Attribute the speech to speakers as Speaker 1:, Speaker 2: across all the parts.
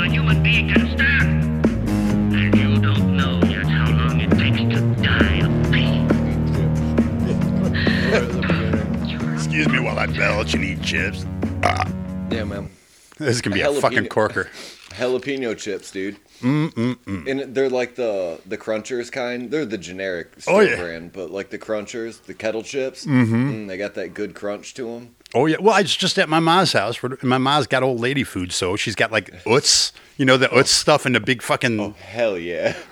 Speaker 1: we can start. And you don't know yet how long it takes to die of pain.
Speaker 2: Excuse me while I belch and eat chips.
Speaker 3: Yeah, man.
Speaker 2: This can be a
Speaker 3: Jalapeno.
Speaker 2: fucking corker.
Speaker 3: Jalapeno chips, dude. Mm, mm, mm. And they're like the the crunchers kind. They're the generic store
Speaker 2: Oh, yeah.
Speaker 3: brand, but like the crunchers, the kettle chips, mm, they got that good crunch to them.
Speaker 2: Oh yeah. Well, I was just at my ma's house. where- and My ma's got old lady food, so she's got like Utz, you know, the Utz stuff in the big fucking.
Speaker 3: Hell yeah.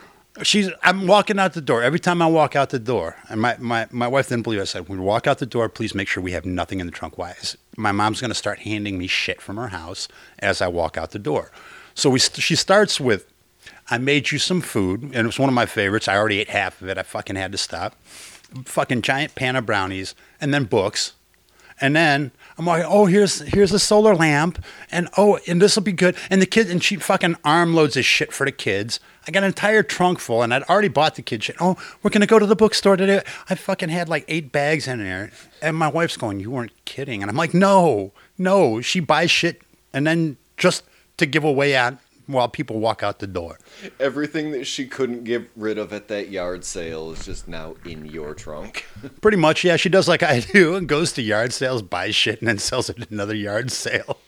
Speaker 2: She's. I'm walking out the door. Every time I walk out the door, and my, my, my wife didn't believe. It. I said, "When we walk out the door, please make sure we have nothing in the trunk. Why? is- My mom's going to start handing me shit from her house as I walk out the door." So we. st- She starts with, "I made you some food, and it was one of my favorites. I already ate half of it. I fucking had to stop. Fucking giant pan of brownies, and then books." And then I'm like, oh, here's here's a solar lamp, and oh, and this will be good. And the kid and she fucking armloads of shit for the kids. I got an entire trunk full, and I'd already bought the kid shit. Oh, we're gonna go to the bookstore today. I fucking had like eight bags in there, and my wife's going, you weren't kidding. And I'm like, no, no. She buys shit, and then just to give away at while people walk out the door.
Speaker 3: Everything that she couldn't get rid of at that yard sale is just now in your trunk.
Speaker 2: Pretty much, yeah. She does like I do, and goes to yard sales, buys shit, and then sells it at another yard sale.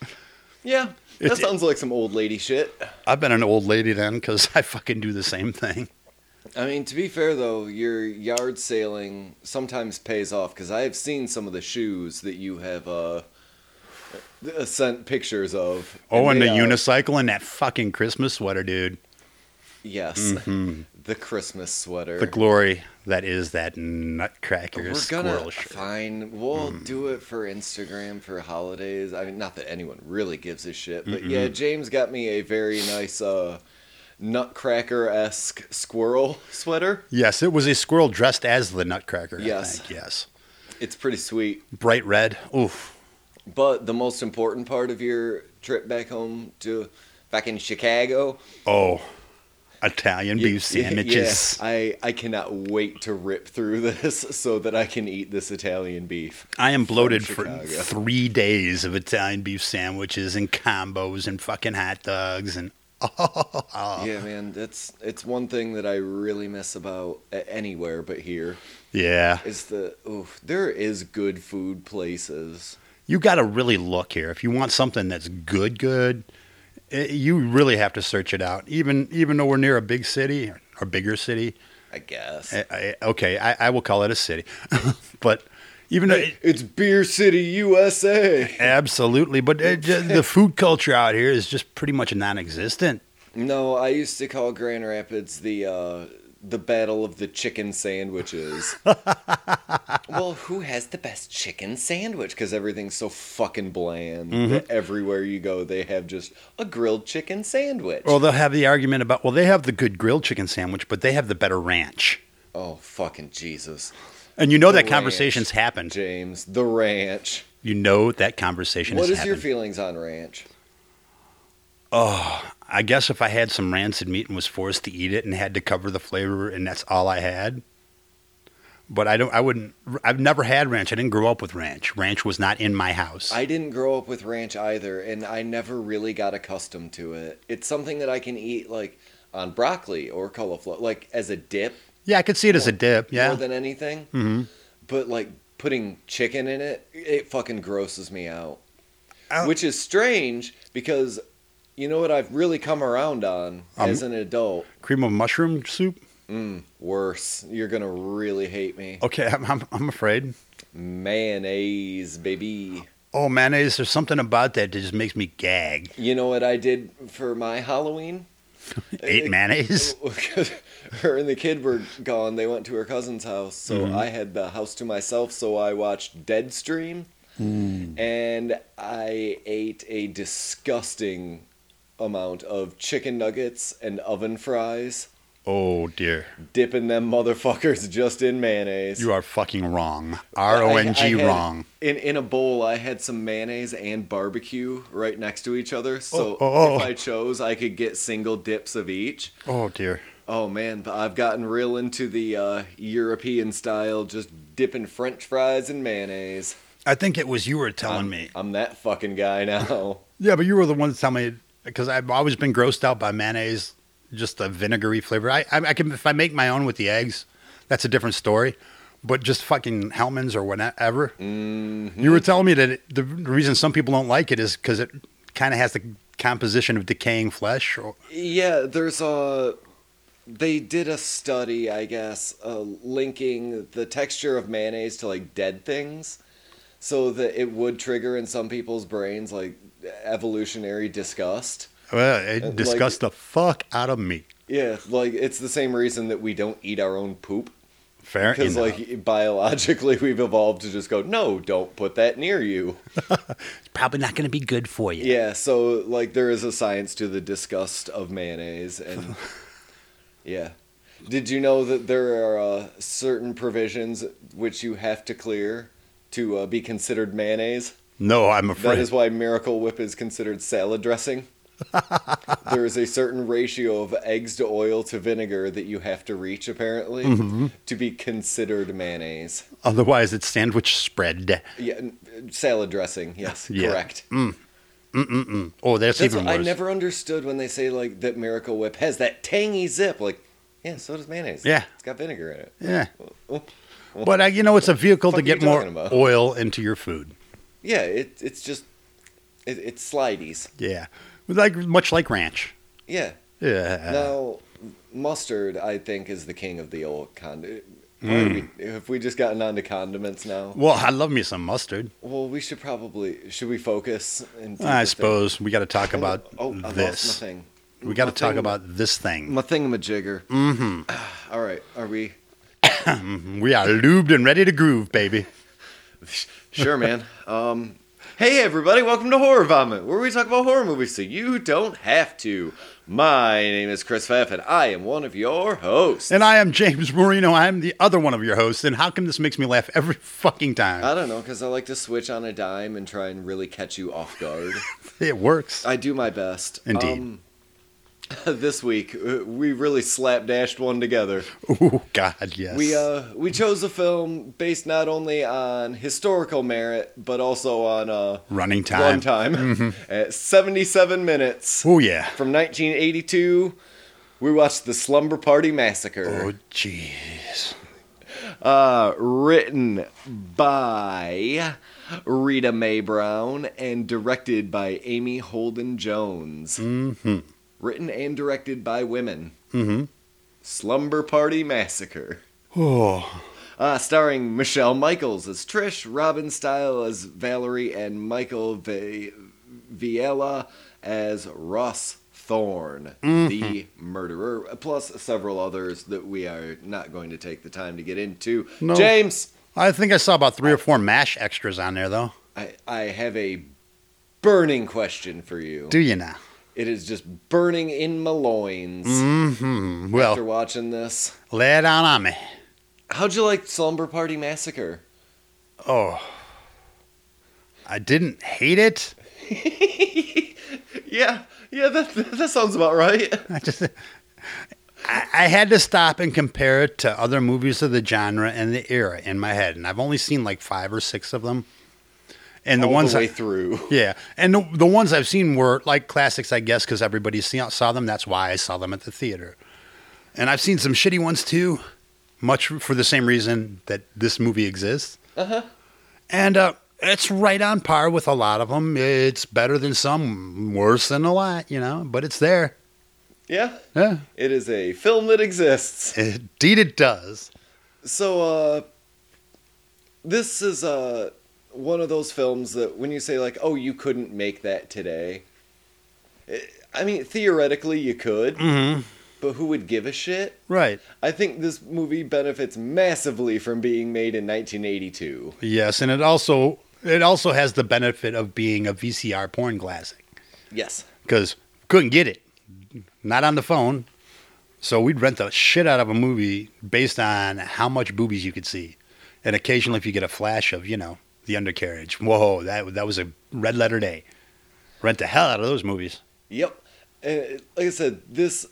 Speaker 3: yeah. That sounds like some old lady shit.
Speaker 2: I've been an old lady then because I fucking do the same thing.
Speaker 3: I mean, to be fair though, your yard sailing sometimes pays off because I have seen some of the shoes that you have uh, uh, sent pictures of.
Speaker 2: Oh, and,
Speaker 3: they
Speaker 2: the
Speaker 3: are-
Speaker 2: unicycle and that fucking Christmas sweater, dude.
Speaker 3: Yes, the Christmas sweater.
Speaker 2: Mm-hmm. The glory that is that nutcracker
Speaker 3: We're
Speaker 2: squirrel
Speaker 3: gonna
Speaker 2: shirt. Mm.
Speaker 3: find. We'll do it for Instagram for holidays. I mean, not that anyone really gives a shit, but yeah, James got me a very nice uh, nutcracker esque squirrel sweater.
Speaker 2: Yes, it was a squirrel dressed as the nutcracker.
Speaker 3: Yes.
Speaker 2: I think. Yes.
Speaker 3: It's pretty sweet.
Speaker 2: Bright red. Oof.
Speaker 3: But the most important part of your trip back home to fucking Chicago
Speaker 2: Oh, Italian beef
Speaker 3: Yeah,
Speaker 2: sandwiches.
Speaker 3: yeah, I, I cannot wait to rip through this so that I can eat this Italian beef.
Speaker 2: I am bloated for
Speaker 3: Chicago.
Speaker 2: three days of Italian beef sandwiches and combos and fucking hot dogs and Ah.
Speaker 3: Yeah, man, that's it's one thing that I really miss about a- anywhere but here
Speaker 2: yeah.
Speaker 3: is the oof. There is good food places.
Speaker 2: you got to really look here if you want something that's good good eh, you really have to search it out even even though we're near a big city or bigger city
Speaker 3: I guess
Speaker 2: eh, eh, okay I, I will call it a city but even though eh,
Speaker 3: it's Beer City, USA.
Speaker 2: absolutely but it, ju- the food culture out here is just pretty much non-existent
Speaker 3: No, I used to call Grand Rapids the uh, the battle of the chicken sandwiches. well, who has the best chicken sandwich? Because everything's so fucking bland.
Speaker 2: Mm-hmm.
Speaker 3: that everywhere you go, they have just a grilled chicken sandwich.
Speaker 2: or they'll have the argument about well they have the good grilled chicken sandwich but they have the better ranch
Speaker 3: oh fucking Jesus,
Speaker 2: and you know
Speaker 3: The
Speaker 2: that conversation's
Speaker 3: ranch.
Speaker 2: happened
Speaker 3: James, the ranch.
Speaker 2: you know that conversation
Speaker 3: what
Speaker 2: has
Speaker 3: is
Speaker 2: happened
Speaker 3: your feelings on ranch?
Speaker 2: I guess if I had some rancid meat and was forced to eat it and had to cover the flavor and that's all I had. But I don't I wouldn't I've never had ranch. I didn't grow up with ranch. Ranch was not in my house.
Speaker 3: I didn't grow up with ranch either, and I never really got accustomed to it. It's something that I can eat like on broccoli or cauliflower, like as a dip.
Speaker 2: yeah, I could see it as a dip. Yeah.
Speaker 3: more than anything. Mm-hmm. But like putting chicken in it, it fucking grosses me out.
Speaker 2: Oh.
Speaker 3: Which is strange because you know what I've really come around on
Speaker 2: Um,
Speaker 3: as an adult.
Speaker 2: Cream of mushroom soup?
Speaker 3: Worse, you're gonna really hate me.
Speaker 2: Okay, I'm I'm, I'm afraid.
Speaker 3: Mayonnaise, baby.
Speaker 2: Oh, mayonnaise, there's something about that that just makes me gag.
Speaker 3: You know what I did for my Halloween?
Speaker 2: Ate mayonnaise?
Speaker 3: oh, her and the kid were gone. They went to her cousin's house, so
Speaker 2: Mm-hmm.
Speaker 3: I had the house to myself. So I watched Deadstream,
Speaker 2: Mm.
Speaker 3: and I ate a disgusting amount of chicken nuggets and oven fries,
Speaker 2: Oh dear.
Speaker 3: dipping them motherfuckers just in mayonnaise.
Speaker 2: You are fucking wrong.
Speaker 3: I- I-
Speaker 2: R O N
Speaker 3: I
Speaker 2: G
Speaker 3: had-
Speaker 2: wrong.
Speaker 3: In in a bowl, I had some mayonnaise and barbecue right next to each other. So
Speaker 2: Oh, oh, oh.
Speaker 3: if I chose, I could get single dips of each.
Speaker 2: Oh dear.
Speaker 3: Oh man, but I've gotten real into the uh, European style, just dipping French fries in mayonnaise. Um,
Speaker 2: I think it was you were telling me.
Speaker 3: I'm that fucking guy now.
Speaker 2: Yeah, but you were the one to tell me because I've always been grossed out by mayonnaise, just a vinegary flavor. I, I, I can if I make my own with the eggs, that's a different story. But just fucking Hellman's or whatever.
Speaker 3: Mm-hmm.
Speaker 2: You were telling me that it, the reason some people don't like it is because it kind of has the composition of decaying flesh. Or,
Speaker 3: Yeah, there's a. They did a study, I guess, uh, linking the texture of mayonnaise to like dead things, so that it would trigger in some people's brains like evolutionary disgust.
Speaker 2: well, it disgusts the fuck out of me.
Speaker 3: Yeah, like it's the same reason that we don't eat our own poop
Speaker 2: Fair
Speaker 3: because
Speaker 2: enough.
Speaker 3: like biologically we've evolved to just go no, don't put that near you.
Speaker 2: it's probably not going to be good for you.
Speaker 3: Yeah, so like there is a science to the disgust of mayonnaise, and yeah. Did you know that there are uh, certain provisions which you have to clear to uh, be considered mayonnaise?
Speaker 2: No, I'm
Speaker 3: That
Speaker 2: afraid.
Speaker 3: is why Miracle Whip is considered salad dressing. there is a certain ratio of eggs to oil to vinegar that you have to reach, apparently, to be considered mayonnaise.
Speaker 2: Otherwise, it's sandwich spread.
Speaker 3: Yeah, n- salad dressing, yes,
Speaker 2: Yeah.
Speaker 3: correct.
Speaker 2: Oh, that's,
Speaker 3: That's
Speaker 2: even
Speaker 3: what
Speaker 2: worse.
Speaker 3: I never understood when they say like that Miracle Whip has that tangy zip. Like, yeah, so does mayonnaise.
Speaker 2: Yeah.
Speaker 3: it's got vinegar in it.
Speaker 2: Yeah. But uh, you know, it's a vehicle
Speaker 3: fuck
Speaker 2: to
Speaker 3: are
Speaker 2: get
Speaker 3: you
Speaker 2: more
Speaker 3: talking about?
Speaker 2: oil into your food.
Speaker 3: Yeah, it it's just it, it's slideys.
Speaker 2: Yeah, like much like ranch.
Speaker 3: Yeah.
Speaker 2: Yeah.
Speaker 3: now, mustard, I think, is the king of the old condiment.
Speaker 2: Hmm.
Speaker 3: We, have we just gotten onto condiments now?
Speaker 2: Well, I love me some mustard.
Speaker 3: Well, we should probably should we focus? And do
Speaker 2: I
Speaker 3: the thing?
Speaker 2: suppose we got to talk about
Speaker 3: oh, I
Speaker 2: this.
Speaker 3: Lost my thing.
Speaker 2: We got to
Speaker 3: My
Speaker 2: talk
Speaker 3: thing-
Speaker 2: about this thing.
Speaker 3: My thingamajigger. Mm-hmm. All right, are we?
Speaker 2: We are lubed and ready to groove, baby.
Speaker 3: Sure, man. Um, hey, everybody, welcome to Horror Vomit, where we talk about horror movies so you don't have to. My name is Chris Pfaff, and I am one of your hosts.
Speaker 2: And I am James Marino. I am the other one of your hosts. And how come this makes me laugh every fucking time?
Speaker 3: I don't know, because I like to switch on a dime and try and really catch you off guard.
Speaker 2: it works.
Speaker 3: I do my best.
Speaker 2: Indeed.
Speaker 3: Um, this week, uh, we really slapdashed one together.
Speaker 2: Ooh, God, yes.
Speaker 3: We uh we chose a film based not only on historical merit but also on uh
Speaker 2: Running time. Mm-hmm.
Speaker 3: run time at 77 minutes.
Speaker 2: Oh yeah.
Speaker 3: From 1982, we watched The Slumber Party Massacre,
Speaker 2: Oh jeez.
Speaker 3: uh, written by Rita Mae Brown and directed by Amy Holden Jones. Mm-hmm. Written and directed by women. Mm-hmm. Slumber Party Massacre.
Speaker 2: Oh.
Speaker 3: Uh, starring Michelle Michaels as Trish, Robin Style as Valerie, and Michael v- Viella as Ross Thorne,
Speaker 2: Mm-hmm.
Speaker 3: the murderer, plus several others that we are not going to take the time to get into.
Speaker 2: No.
Speaker 3: James,
Speaker 2: I think I saw about three or four mash extras on there though.
Speaker 3: I, I have a burning question for you.
Speaker 2: Do you now?
Speaker 3: It is just burning in my loins
Speaker 2: Mm-hmm.
Speaker 3: after
Speaker 2: Well,
Speaker 3: watching this.
Speaker 2: lay it down on me.
Speaker 3: How'd you like Slumber Party Massacre?
Speaker 2: Oh. I didn't hate it.
Speaker 3: Yeah, yeah, that, that sounds about right.
Speaker 2: I just I, I had to stop and compare it to other movies of the genre and the era in my head. And I've only seen like five or six of them. And the
Speaker 3: All
Speaker 2: ones
Speaker 3: the way
Speaker 2: I,
Speaker 3: through.
Speaker 2: Yeah, and the, the ones I've seen were like classics, I guess, because everybody see, saw them. That's why I saw them at the theater. And I've seen some shitty ones too, much for the same reason that this movie exists. Uh-huh. And uh, it's right on par with a lot of them. It's better than some, worse than a lot, you know. But it's there.
Speaker 3: Yeah,
Speaker 2: Yeah,
Speaker 3: it is a film that exists.
Speaker 2: indeed it does.
Speaker 3: So, uh, this is uh, one of those films that when you say, like, oh, you couldn't make that today, eh, i I mean, theoretically, you could, but who would give a shit?
Speaker 2: Right.
Speaker 3: I think this movie benefits massively from being made in 1982.
Speaker 2: Yes, and it also it also has the benefit of being a VCR porn classic.
Speaker 3: Yes.
Speaker 2: because couldn't get it, not on the phone. So we'd rent the shit out of a movie based on how much boobies you could see, and occasionally if you get a flash of you know the undercarriage, whoa, that that was a red letter day. Rent the hell out of those movies.
Speaker 3: Yep. And uh, like I said, this.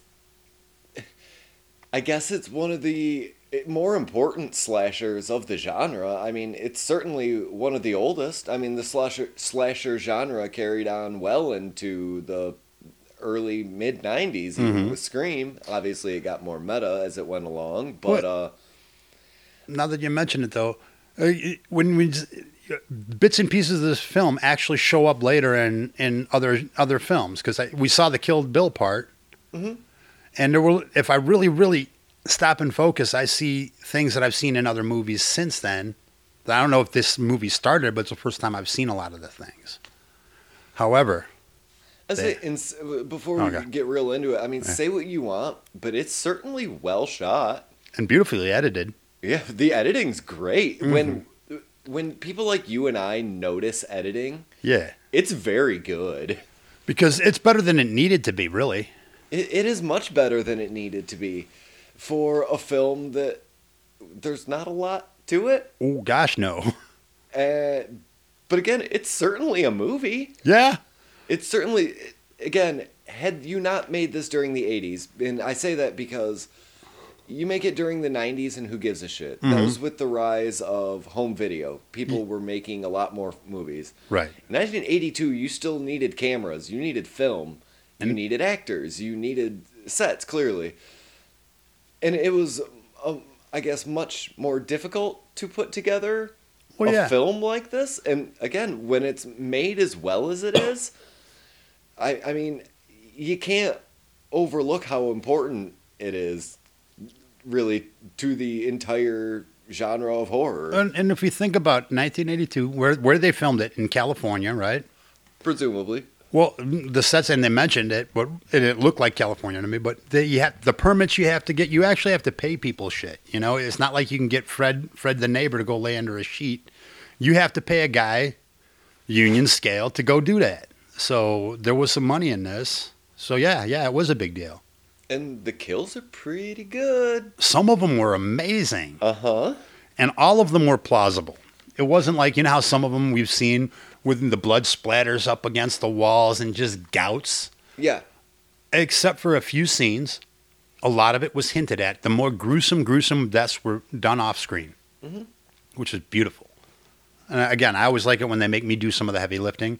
Speaker 3: I guess it's one of the eh, more important slashers of the genre. I mean, it's certainly one of the oldest. I mean, the slasher slasher genre carried on well into the early mid 90s even
Speaker 2: Mm-hmm.
Speaker 3: with Scream. Obviously, it got more meta as it went along,
Speaker 2: What?
Speaker 3: but uh,
Speaker 2: Now that you mention it, though, uh, y- when we just- bits and pieces of this film actually show up later in in other other films because we saw the killed Bill part, Mm-hmm. and there were if I really really stop and focus, I see things that I've seen in other movies since then. I don't know if this movie started, but it's the first time I've seen a lot of the things. However,
Speaker 3: As
Speaker 2: They-
Speaker 3: it, in, s- before we
Speaker 2: Okay.
Speaker 3: get real into it, I mean, say what you want, but it's certainly well shot.
Speaker 2: and beautifully edited.
Speaker 3: Yeah, the editing's great. When when people like you and I notice editing,
Speaker 2: Yeah,
Speaker 3: it's very good.
Speaker 2: because it's better than it needed to be, really.
Speaker 3: It, it is much better than it needed to be for a film that there's not a lot to it.
Speaker 2: Oh gosh, no.
Speaker 3: Uh, but again, it's certainly a movie.
Speaker 2: Yeah,
Speaker 3: It's certainly again, had you not made this during the 80s, and I say that because you make it during the 90s and who gives a shit. That was with the rise of home video. People were making a lot more movies.
Speaker 2: right.
Speaker 3: In 1982, you still needed cameras, you needed film, you
Speaker 2: And-
Speaker 3: needed actors, you needed sets, clearly. And it was, um, I guess, much more difficult to put together
Speaker 2: Well,
Speaker 3: a
Speaker 2: yeah.
Speaker 3: film like this. And again, when it's made as well as it is, I, I mean, you can't overlook how important it is, really, to the entire genre of horror,
Speaker 2: And, and if you think about 1982, where where they filmed it in California, right?
Speaker 3: presumably.
Speaker 2: Well, the sets and they mentioned it, but and it looked like California to me. But they, you have, the permits you have to get, you actually have to pay people shit. You know, it's not like you can get Fred Fred the neighbor to go lay under a sheet. You have to pay a guy, union scale, to go do that. So there was some money in this. So yeah, yeah, it was a big deal.
Speaker 3: And the kills are pretty good.
Speaker 2: Some of them were amazing.
Speaker 3: Uh huh.
Speaker 2: and all of them were plausible. It wasn't like you know how some of them we've seen with the blood splatters up against the walls and just gouts.
Speaker 3: Yeah.
Speaker 2: Except for a few scenes, a lot of it was hinted at. The more gruesome, gruesome deaths were done off screen, which is beautiful. And again, I always like it when they make me do some of the heavy lifting.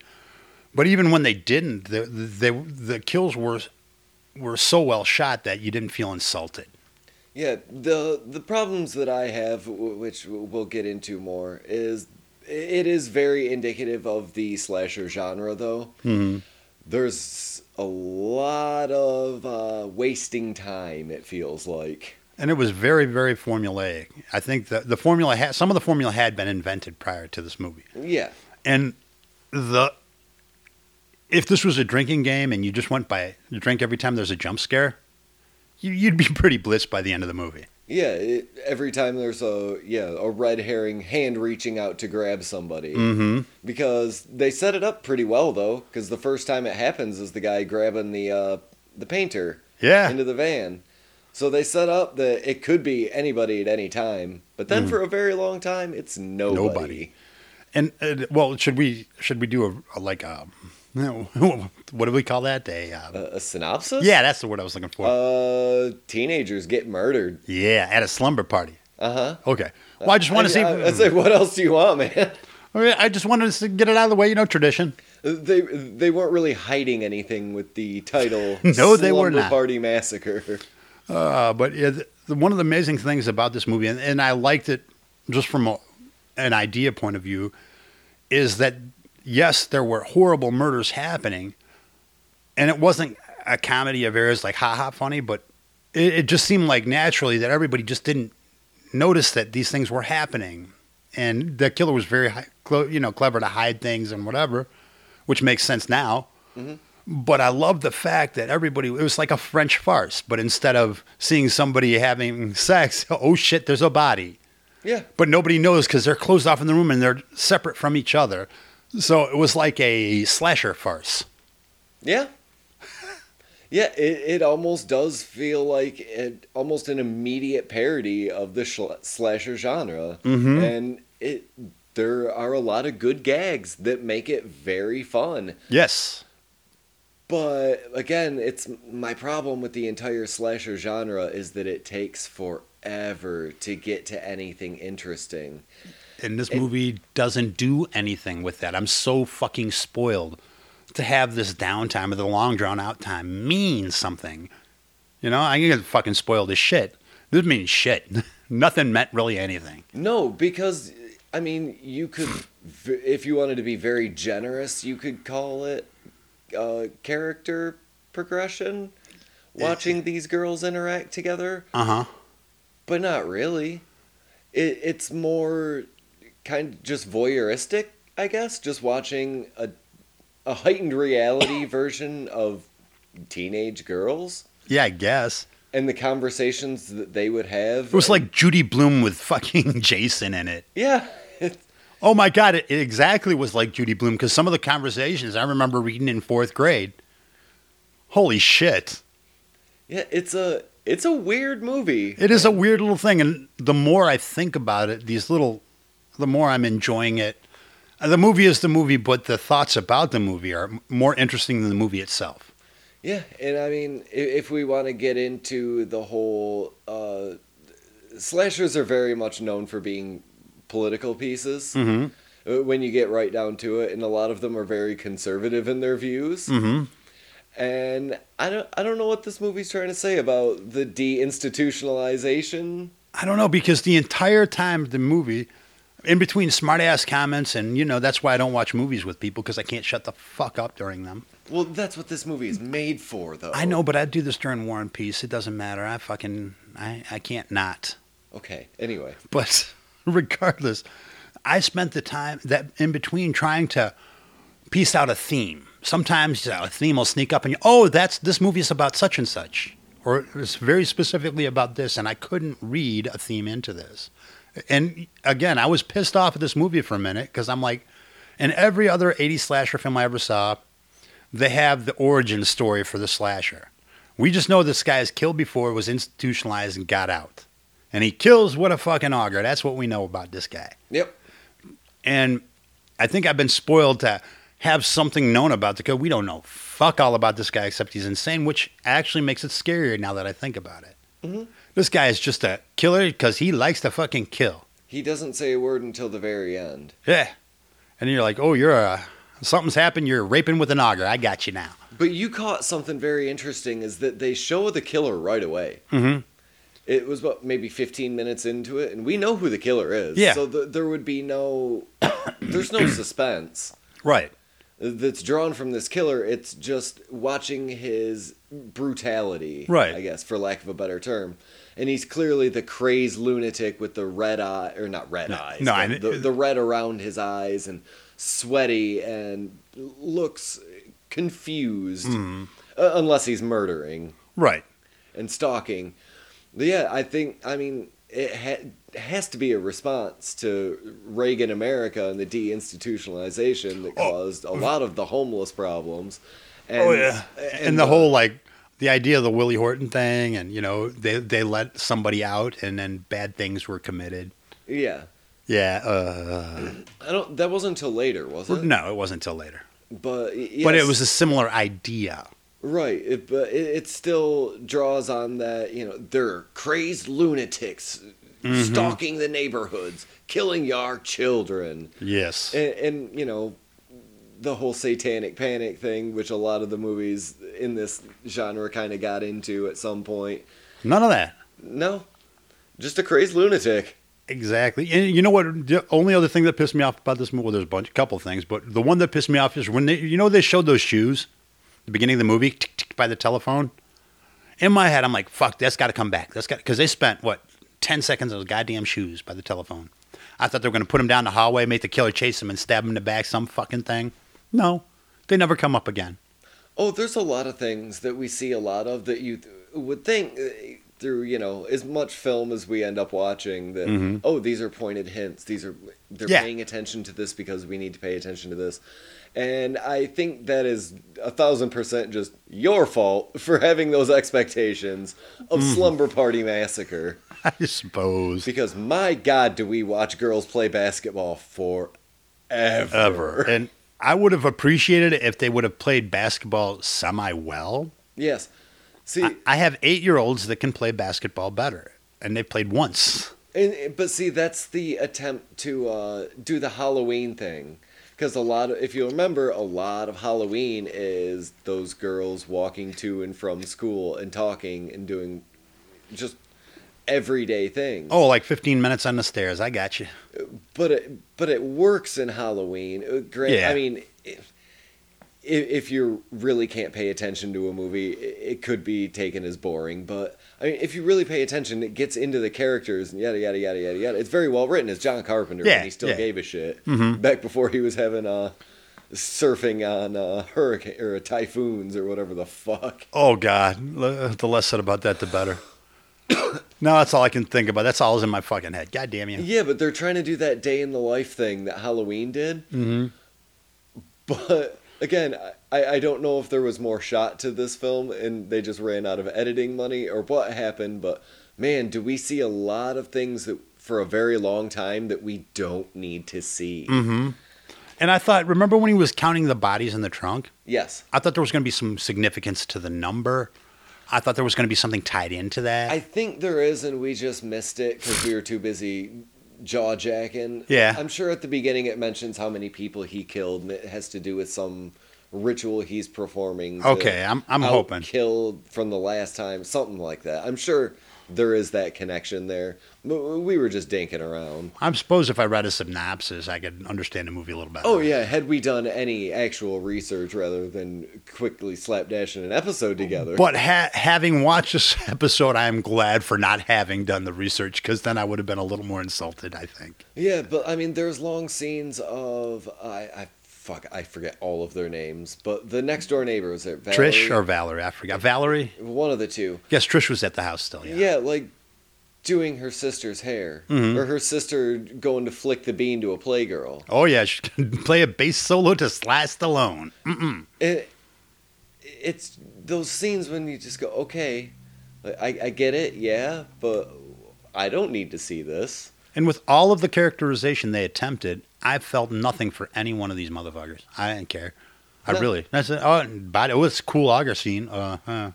Speaker 2: But even when they didn't, the the, the kills were were so well shot that you didn't feel insulted.
Speaker 3: Yeah. The the problems that I have, w- which w- we'll get into more, is it is very indicative of the slasher genre, though. There's a lot of uh, wasting time. It feels like.
Speaker 2: And it was very, very formulaic. I think the, the formula had some of the formula had been invented prior to this movie.
Speaker 3: Yeah.
Speaker 2: And the if this was a drinking game and you just went by you drink every time there's a jump scare, you, you'd be pretty blitzed by the end of the movie.
Speaker 3: Yeah. It, every time there's a yeah a red herring hand reaching out to grab somebody.
Speaker 2: Mm-hmm.
Speaker 3: because they set it up pretty well though because the first time it happens is the guy grabbing the uh, the painter
Speaker 2: Yeah.
Speaker 3: into the van so they set up that it could be anybody at any time but then for a very long time it's nobody,
Speaker 2: Hmm. Nobody. And uh, well, should we should we do a, a like a what do we call that day? Uh,
Speaker 3: A- a synopsis
Speaker 2: yeah, that's the word I was looking for.
Speaker 3: uh teenagers get murdered
Speaker 2: yeah, at a slumber party.
Speaker 3: uh-huh
Speaker 2: Okay. Well, I just want to
Speaker 3: I, I, I
Speaker 2: see. Hmm.
Speaker 3: say what else do you want man
Speaker 2: I just wanted to get it out of the way. You know, tradition.
Speaker 3: they they weren't really hiding anything with the title
Speaker 2: No, they were
Speaker 3: Slumber
Speaker 2: not.
Speaker 3: party massacre
Speaker 2: Uh, but yeah, th- the, one of the amazing things about this movie, and, and I liked it just from a, an idea point of view, is that yes, there were horrible murders happening, and it wasn't a comedy of errors like ha ha funny, but it, it just seemed like naturally that everybody just didn't notice that these things were happening, and the killer was very hi- clo- you know clever to hide things and whatever, which makes sense now. But I love the fact that everybody, it was like a French farce, but instead of seeing somebody having sex, oh shit, there's a body.
Speaker 3: yeah
Speaker 2: But nobody knows because they're closed off in the room and they're separate from each other. So it was like a slasher farce.
Speaker 3: Yeah. Yeah, it, it almost does feel like it, almost an immediate parody of the shl- slasher genre. And it there are a lot of good gags that make it very fun.
Speaker 2: Yes.
Speaker 3: But again, it's my problem with the entire slasher genre is that it takes forever to get to anything interesting.
Speaker 2: And this movie doesn't do anything with that. I'm so fucking spoiled. to have this downtime or the long drawn out time mean something. You know, I can fucking spoil this shit. This means shit. Nothing meant really anything.
Speaker 3: No, because I mean, you could, v- if you wanted to be very generous, you could call it uh, character progression. Watching these girls interact together,
Speaker 2: Uh huh.
Speaker 3: but not really. It, it's more kind of just voyeuristic, I guess. Just watching a a heightened reality version of teenage girls
Speaker 2: Yeah, I guess.
Speaker 3: and the conversations that they would have.
Speaker 2: It was like Judy Bloom with fucking Jason in it.
Speaker 3: yeah, it,
Speaker 2: Oh my God, it, it exactly was like Judy Bloom because some of the conversations I remember reading in fourth grade. Holy shit.
Speaker 3: yeah. It's a it's a weird movie.
Speaker 2: It is a weird little thing. And the more I think about it, these little, the more I'm enjoying it. Uh, The movie is the movie, but the thoughts about the movie are m- more interesting than the movie itself.
Speaker 3: Yeah, and I mean, i- if we want to get into the whole, uh, slashers are very much known for being political pieces.
Speaker 2: Mhm.
Speaker 3: Uh, When you get right down to it, and a lot of them are very conservative in their views.
Speaker 2: Mm-hmm.
Speaker 3: And I don't, I don't know what this movie's trying to say about the deinstitutionalization.
Speaker 2: I don't know because the entire time the movie, in between smart ass comments, and you know, that's why I don't watch movies with people because I can't shut the fuck up during them.
Speaker 3: Well, that's what this movie is made for, though.
Speaker 2: I know, but I do this during War and Peace. It doesn't matter. I fucking, I, I can't not.
Speaker 3: Okay. Anyway,
Speaker 2: But regardless, I spent the time that in between trying to piece out a theme. Sometimes you know, a theme will sneak up and you, oh, that's this movie is about such and such, or it was very specifically about this, and I couldn't read a theme into this. And again, I was pissed off at this movie for a minute because I'm like, in every other 80 slasher film I ever saw, they have the origin story for the slasher. We just know this guy is killed before, was institutionalized, and got out. And he kills with a fucking auger. That's what we know about this guy.
Speaker 3: yep.
Speaker 2: And I think I've been spoiled to have something known about the code. We don't know fuck all about this guy except he's insane, which actually makes it scarier now that I think about it. This guy is just a killer because he likes to fucking kill.
Speaker 3: He doesn't say a word until the very end.
Speaker 2: Yeah. And you're like, oh, you're a, something's happened. You're raping with an auger. I got you now.
Speaker 3: But you caught something very interesting is that they show the killer right away.
Speaker 2: Mhm.
Speaker 3: It was what maybe 15 minutes into it, and we know who the killer is.
Speaker 2: Yeah.
Speaker 3: So th- there would be no, there's no suspense
Speaker 2: Right.
Speaker 3: that's drawn from this killer. It's just watching his brutality,
Speaker 2: Right.
Speaker 3: I guess, for lack of a better term. And he's clearly the crazed lunatic with the red eye, or not red
Speaker 2: No,
Speaker 3: eyes,
Speaker 2: no, I-
Speaker 3: but the, the red around his eyes, and sweaty, and looks confused,
Speaker 2: Mm-hmm.
Speaker 3: uh, unless he's murdering
Speaker 2: Right.
Speaker 3: and stalking. But yeah, I think I mean it ha- has to be a response to Reagan America and the deinstitutionalization that caused a lot of the homeless problems. And,
Speaker 2: oh yeah, and, the whole like the idea of the Willie Horton thing, and you know they they let somebody out, and then bad things were committed.
Speaker 3: yeah.
Speaker 2: Yeah, uh,
Speaker 3: I don't. That wasn't until later, was it?
Speaker 2: no, it wasn't until later,
Speaker 3: But y-
Speaker 2: but it
Speaker 3: yes,
Speaker 2: was a similar idea.
Speaker 3: right. It, but it, it still draws on that you know they're crazed lunatics
Speaker 2: Mm-hmm.
Speaker 3: stalking the neighborhoods, killing your children.
Speaker 2: Yes,
Speaker 3: and, and you know the whole satanic panic thing which a lot of the movies in this genre kind of got into at some point
Speaker 2: none of that
Speaker 3: no just a crazed lunatic
Speaker 2: exactly. And you know what? The only other thing that pissed me off about this movie, well, there's a bunch, couple things, but the one that pissed me off is when they, you know, they showed those shoes, at the beginning of the movie, tick, tick, by the telephone. In my head, I'm like, fuck, that's got to come back. That's got because they spent what ten seconds on those goddamn shoes by the telephone. I thought they were going to put him down the hallway, make the killer chase him and stab him in the back, some fucking thing. No, they never come up again.
Speaker 3: oh there's a lot of things that we see a lot of that you th- would think uh, through you know as much film as we end up watching that oh these are pointed hints these are they're
Speaker 2: Mm-hmm. Yeah.
Speaker 3: paying attention to this because we need to pay attention to this and i think that is a thousand percent just your fault for having those expectations of
Speaker 2: Mm-hmm.
Speaker 3: slumber party massacre
Speaker 2: I suppose
Speaker 3: because my god do we watch girls play basketball forever
Speaker 2: ever, and I would have appreciated it if they would have played basketball semi well.
Speaker 3: yes see
Speaker 2: I, I have eight year olds that can play basketball better, and they've played once.
Speaker 3: And, but see, that's the attempt to uh, do the Halloween thing. Because a lot of, if you remember, a lot of Halloween is those girls walking to and from school and talking and doing just everyday things.
Speaker 2: Oh, like 15 minutes on the stairs. I got you.
Speaker 3: But it, but it works in Halloween. Uh, Great.
Speaker 2: Yeah.
Speaker 3: I mean, if, if if you really can't pay attention to a movie, it it could be taken as boring. But I mean, if you really pay attention, it gets into the characters and yada yada yada yada yada. It's very well written. It's John Carpenter,
Speaker 2: Yeah,
Speaker 3: and he still
Speaker 2: yeah. Mm-hmm.
Speaker 3: gave a shit back before he was having uh surfing on uh hurricane or typhoons or whatever the fuck.
Speaker 2: Oh, God. Le- The less said about that, the better. no, that's all I can think about. That's all is in my fucking head. God damn you.
Speaker 3: Yeah, but they're trying to do that day in the life thing that Halloween did. Mm-hmm. But again, I, I don't know if there was more shot to this film and they just ran out of editing money or what happened. But man, do we see a lot of things that for a very long time that we don't need to see?
Speaker 2: And I thought, remember when he was counting the bodies in the trunk?
Speaker 3: Yes.
Speaker 2: I thought there was going to be some significance to the number. I thought there was going to be something tied into that.
Speaker 3: I think there is, and we just missed it because we were too busy jaw jacking.
Speaker 2: Yeah.
Speaker 3: I'm sure at the beginning it mentions how many people he killed, and it has to do with some ritual he's performing. to
Speaker 2: Okay, I'm- I'm
Speaker 3: out-
Speaker 2: hoping.
Speaker 3: kill from the last time, something like that. I'm sure there is that connection there. But we were just dinking around.
Speaker 2: I suppose if I read a synopsis, I could understand the movie a little better.
Speaker 3: Oh yeah, had we done any actual research rather than quickly slapdashing an episode together.
Speaker 2: But ha- having watched this episode, I am glad for not having done the research because then I would have been a little more insulted, I think.
Speaker 3: Yeah, but I mean, there's long scenes of I, I fuck, I forget all of their names, but the next door neighbor was it Valerie?
Speaker 2: Trish or Valerie? I forgot. Valerie?
Speaker 3: one of the two.
Speaker 2: Yes, Trish was at the house still.
Speaker 3: Yeah,
Speaker 2: Yeah.
Speaker 3: like doing her sister's hair,
Speaker 2: Mm-hmm.
Speaker 3: or her sister going to flick the bean to a playgirl.
Speaker 2: Oh, yeah. She could play a bass solo to Sly Stallone.
Speaker 3: It, it's those scenes when you just go, okay, I, I get it, yeah, but I don't need to see this.
Speaker 2: And with all of the characterization they attempted, I felt nothing for any one of these motherfuckers. I didn't care. I
Speaker 3: No.
Speaker 2: really. That's it. Oh, and body, it was cool auger scene. Uh huh.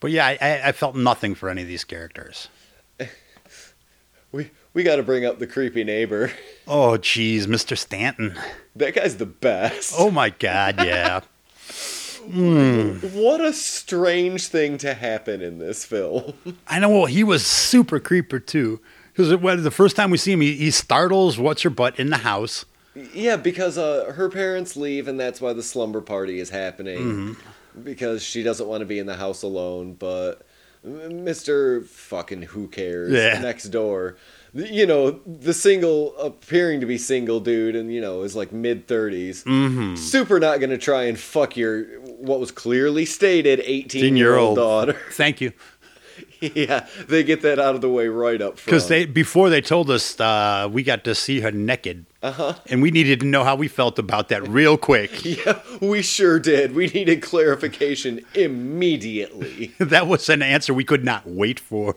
Speaker 2: But yeah, I- I, I felt nothing for any of these characters.
Speaker 3: We we got to bring up the creepy neighbor.
Speaker 2: Oh, geez, Mr. Stanton.
Speaker 3: That guy's the best.
Speaker 2: Oh my God, yeah.
Speaker 3: What a strange thing to happen in this film.
Speaker 2: I know. Well, he was super creeper too. Because when the first time we see him, he, he startles what's her butt in the house.
Speaker 3: yeah, because uh, her parents leave, and that's why the slumber party is happening.
Speaker 2: Mm-hmm.
Speaker 3: Because she doesn't want to be in the house alone, but Mr. fucking who cares
Speaker 2: Yeah.
Speaker 3: next door. You know, the single, appearing to be single dude, and you know, is like mid 30s. Mm-hmm. Super not going to try and fuck your, what was clearly stated, 18 year old
Speaker 2: 18-year-old.
Speaker 3: daughter.
Speaker 2: Thank you.
Speaker 3: yeah, they get that out of the way right up front.
Speaker 2: Because they before they told us uh, we got to see her naked, uh-huh. and we needed to know how we felt about that real quick.
Speaker 3: Yeah, we sure did. We needed clarification immediately.
Speaker 2: that was an answer we could not wait for.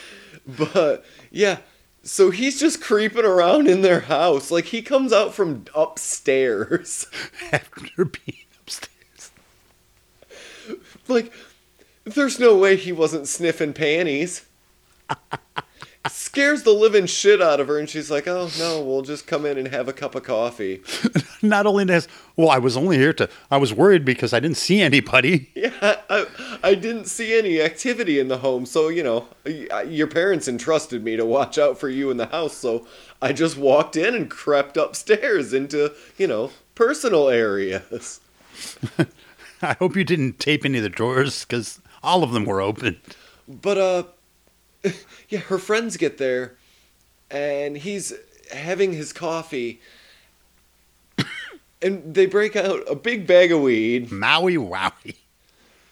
Speaker 3: But yeah, so he's just creeping around in their house. Like he comes out from upstairs.
Speaker 2: After being upstairs,
Speaker 3: Like there's no way he wasn't sniffing panties. Scares the living shit out of her, and she's like, "Oh no, we'll just come in and have a cup of coffee."
Speaker 2: not only this, well, I was only here to. I was worried because I didn't see anybody.
Speaker 3: Yeah, I, I didn't see any activity in the home, so you know, y- uh, your parents entrusted me to watch out for you in the house, so I just walked in and crept upstairs into, you know, personal areas.
Speaker 2: I hope you didn't tape any of the drawers because all of them were open.
Speaker 3: But, uh, yeah, her friends get there, and he's having his coffee, and they break out a big bag of weed,
Speaker 2: Maui, wowie.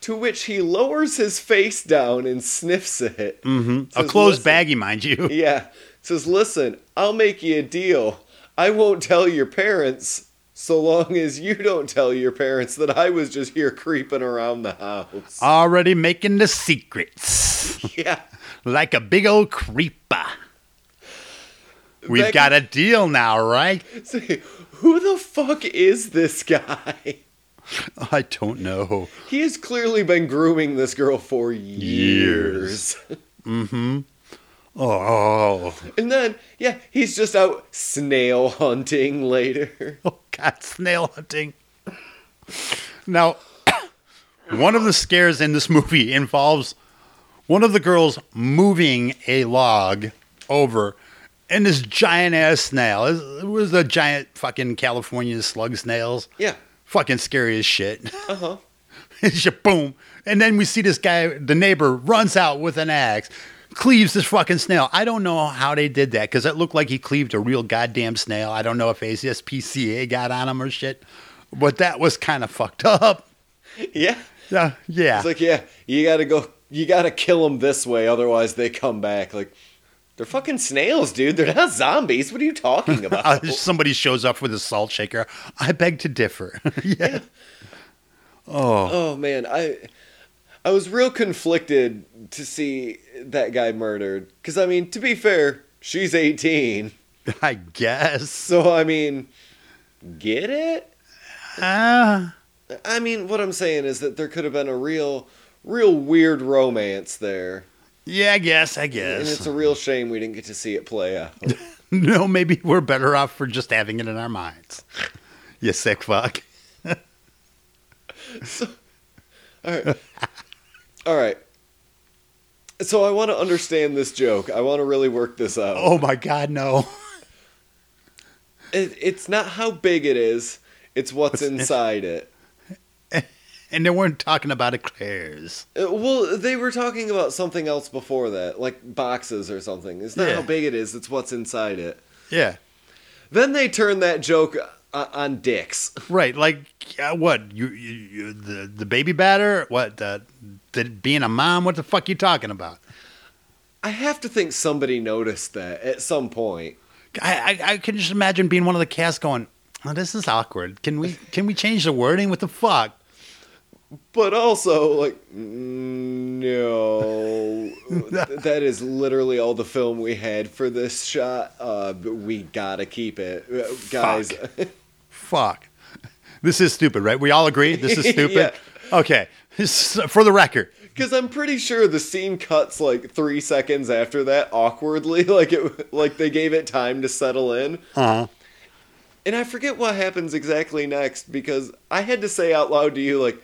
Speaker 3: to which he lowers his face down and sniffs it. Mm
Speaker 2: A closed baggy, mind you.
Speaker 3: Yeah. Says, listen, I'll make you a deal. I won't tell your parents so long as you don't tell your parents that I was just here creeping around the house.
Speaker 2: Already making the secrets
Speaker 3: yeah.
Speaker 2: like a big old creeper. We've
Speaker 3: Becky-
Speaker 2: got a deal now, right?
Speaker 3: Say, who the fuck is this guy?
Speaker 2: I don't know.
Speaker 3: He has clearly been grooming this girl for years.
Speaker 2: Mm-hmm. Oh,
Speaker 3: And then, yeah, he's just out snail hunting later.
Speaker 2: oh God, snail hunting. Now, one of the scares in this movie involves one of the girls moving a log over and this giant ass snail. It was a giant fucking California slug snails.
Speaker 3: Yeah.
Speaker 2: Fucking scary as shit.
Speaker 3: Uh huh.
Speaker 2: It's just boom. And then we see this guy, the neighbor, runs out with an axe, cleaves this fucking snail. I don't know how they did that because it looked like he cleaved a real goddamn snail. I don't know if ACSPCA got on him or shit, but that was kind of fucked up.
Speaker 3: Yeah.
Speaker 2: Yeah, yeah.
Speaker 3: It's like, yeah, you gotta go, you gotta kill them this way, otherwise they come back. Like, they're fucking snails, dude. They're not zombies. What are you talking
Speaker 2: Uh,
Speaker 3: about?
Speaker 2: somebody shows up with a salt shaker. I beg to differ. yeah.
Speaker 3: oh man, I, I was real conflicted to see that guy murdered. Cause I mean, to be fair, she's 18,
Speaker 2: I guess.
Speaker 3: so I mean, get it? Uh-huh.
Speaker 2: Ah.
Speaker 3: I mean, what I'm saying is that there could have been a real, real weird romance there.
Speaker 2: yeah, I guess. I
Speaker 3: And it's
Speaker 2: guess.
Speaker 3: a real shame we didn't get to see it play out.
Speaker 2: no, maybe we're better off for just having it in our minds. you sick fuck.
Speaker 3: All right. So I want to understand this joke. I want to really work this out.
Speaker 2: Oh my God, no.
Speaker 3: It, it's not how big it is, it's what's inside it.
Speaker 2: And they weren't talking about eclairs.
Speaker 3: Uh, Well, they were talking about something else before that, like boxes or something. It's not
Speaker 2: Yeah.
Speaker 3: how big it is, it's what's inside it.
Speaker 2: Yeah.
Speaker 3: Then they turn that joke uh, on dicks.
Speaker 2: Right. Like uh, what? You, you, you the the baby batter? What? The, the being a mom? What the fuck you talking about?
Speaker 3: I have to think somebody noticed that at some point.
Speaker 2: I, I I can just imagine being one of the cast going, oh, "This is awkward. Can we can we change the wording? What the fuck?"
Speaker 3: But also, like, mm, no, Th- that is literally all the film we had for this shot. Uh, but we gotta keep it, Uh, guys.
Speaker 2: Fuck. This is stupid, right? We all agree this is stupid.
Speaker 3: Yeah.
Speaker 2: Okay. This- for the record,
Speaker 3: Because I'm pretty sure the scene cuts like three seconds after that awkwardly, like it, like they gave it time to settle in.
Speaker 2: uh,
Speaker 3: And I forget what happens exactly next because I had to say out loud to you, like,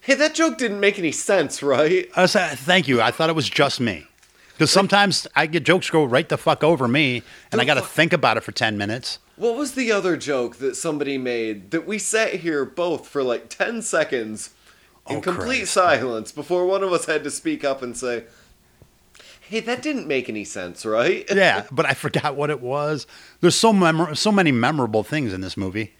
Speaker 3: "Hey, that joke didn't make any sense, right?"
Speaker 2: I said, "Thank you." I thought it was just me. Because sometimes I get jokes go right the fuck over me, and I got to think about it for ten minutes.
Speaker 3: What was the other joke that somebody made that we sat here both for like 10 seconds in
Speaker 2: Oh,
Speaker 3: complete
Speaker 2: Christ.
Speaker 3: silence before one of us had to speak up and say, Hey, that didn't make any sense, right?
Speaker 2: yeah, but I forgot what it was. There's so memor- so many memorable things in this movie.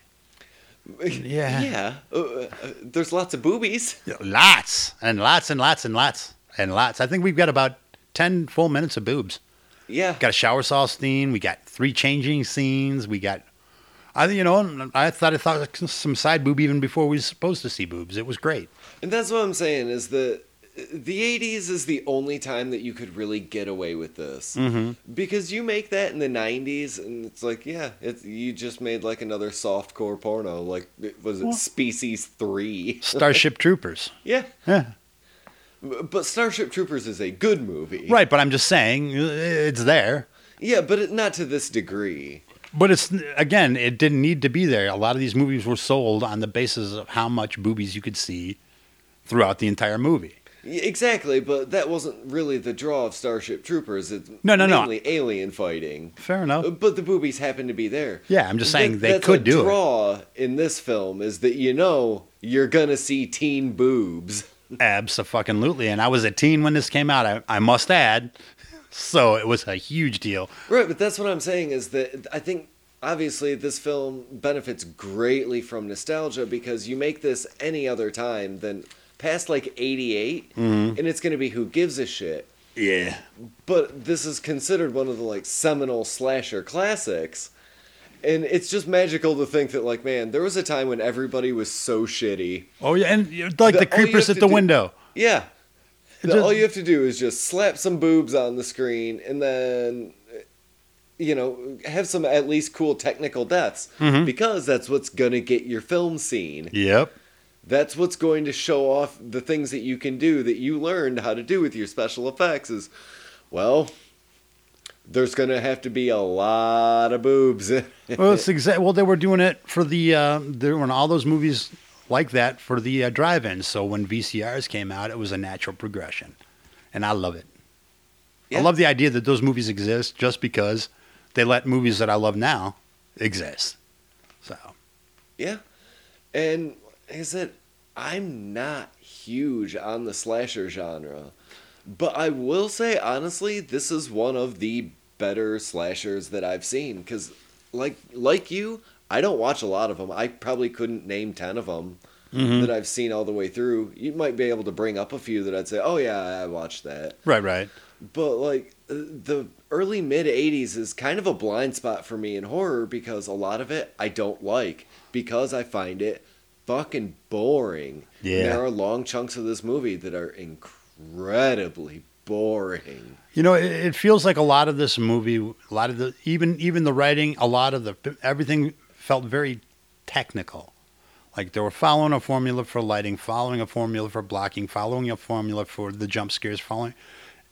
Speaker 2: Yeah.
Speaker 3: Yeah. Uh, uh, there's lots of boobies.
Speaker 2: Lots and lots and lots and lots and lots. I think we've got about 10 full minutes of boobs.
Speaker 3: Yeah.
Speaker 2: Got a shower stall scene, we got three changing scenes, we got I you know, I thought I thought some side boob even before we were supposed to see boobs. It was great.
Speaker 3: And that's what I'm saying is that uh, the 80s is the only time that you could really get away with this.
Speaker 2: Mm-hmm.
Speaker 3: Because you make that in the 90s and it's like, yeah, it's, you just made like another softcore porno. Like, was it Species 3?
Speaker 2: Starship Troopers.
Speaker 3: Yeah.
Speaker 2: Yeah.
Speaker 3: B- But Starship Troopers is a good movie.
Speaker 2: Right, but I'm just saying uh, it's there.
Speaker 3: Yeah, but it, not to this degree.
Speaker 2: But it's again, it didn't need to be there. A lot of these movies were sold on the basis of how much boobies you could see throughout the entire movie.
Speaker 3: Y- Exactly, but that wasn't really the draw of Starship Troopers. It's
Speaker 2: No, no, no.
Speaker 3: mainly alien fighting.
Speaker 2: Fair enough.
Speaker 3: Uh, But the boobies happen to be there.
Speaker 2: Yeah, I'm just
Speaker 3: That-
Speaker 2: saying they
Speaker 3: that's
Speaker 2: could
Speaker 3: a
Speaker 2: do it.
Speaker 3: draw in this film is that you know you're gonna see teen boobs.
Speaker 2: Absolutely. And I was a teen when this came out, I, I must add. So it was a huge deal.
Speaker 3: Right, but that's what I'm saying is that I think obviously this film benefits greatly from nostalgia because you make this any other time than past like 88 and it's going to be who gives a shit.
Speaker 2: Yeah.
Speaker 3: But this is considered one of the like seminal slasher classics. And it's just magical to think that like man, there was a time when everybody was so shitty.
Speaker 2: Oh, yeah. And you- like
Speaker 3: The-
Speaker 2: the,
Speaker 3: all you
Speaker 2: creepers
Speaker 3: have
Speaker 2: at
Speaker 3: to
Speaker 2: the
Speaker 3: do-
Speaker 2: window.
Speaker 3: Yeah. The-
Speaker 2: Just-
Speaker 3: all you have to do is just slap some boobs on the screen and then, you know, have some at least cool technical deaths because that's what's going to get your film seen.
Speaker 2: Yep.
Speaker 3: That's what's going to show off the things that you can do that you learned how to do with your special effects is, well, there's gonna have to be a lot of boobs.
Speaker 2: Well, it's exact. Well, they were doing it for the uh, they were in all those movies like that for the uh, drive-ins. So when VCRs came out, it was a natural progression, and I love it.
Speaker 3: Yeah.
Speaker 2: I love the idea that those movies exist just because they let movies that I love now exist. So
Speaker 3: yeah, and like I said, I'm not huge on the slasher genre, but I will say honestly, this is one of the better slashers that I've seen. Cause like like you, I don't watch a lot of them. I probably couldn't name ten of them. That I've seen all the way through. You might be able to bring up a few that I'd say, "Oh yeah, I watched that."
Speaker 2: right, right.
Speaker 3: But like uh, the early mid 80s is kind of a blind spot for me in horror because a lot of it I don't like because I find it fucking boring.
Speaker 2: Yeah.
Speaker 3: There are long chunks of this movie that are incredibly boring.
Speaker 2: You know, it, it feels like a lot of this movie, a lot of the even even the writing, a lot of the everything felt very technical. Like they were following a formula for lighting, following a formula for blocking, following a formula for the jump scares, following.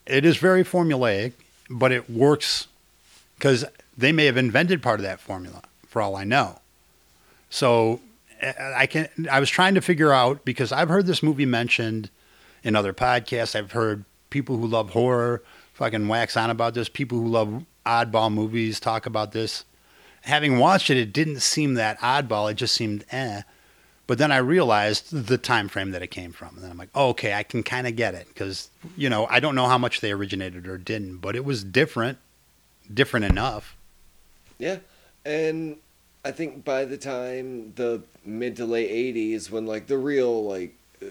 Speaker 2: It is very formulaic, but it works because they may have invented part of that formula, for all I know. So I I can. I was trying to figure out because I've heard this movie mentioned in other podcasts. I've heard people who love horror fucking wax on about this. People who love oddball movies talk about this. Having watched it, it didn't seem that oddball. It just seemed eh. But then I realized the time frame that it came from, and then I'm like, oh, okay, I can kind of get it because you know I don't know how much they originated or didn't, but it was different, different enough.
Speaker 3: Yeah. And I think by the time the mid to late 80s, when like the real like uh,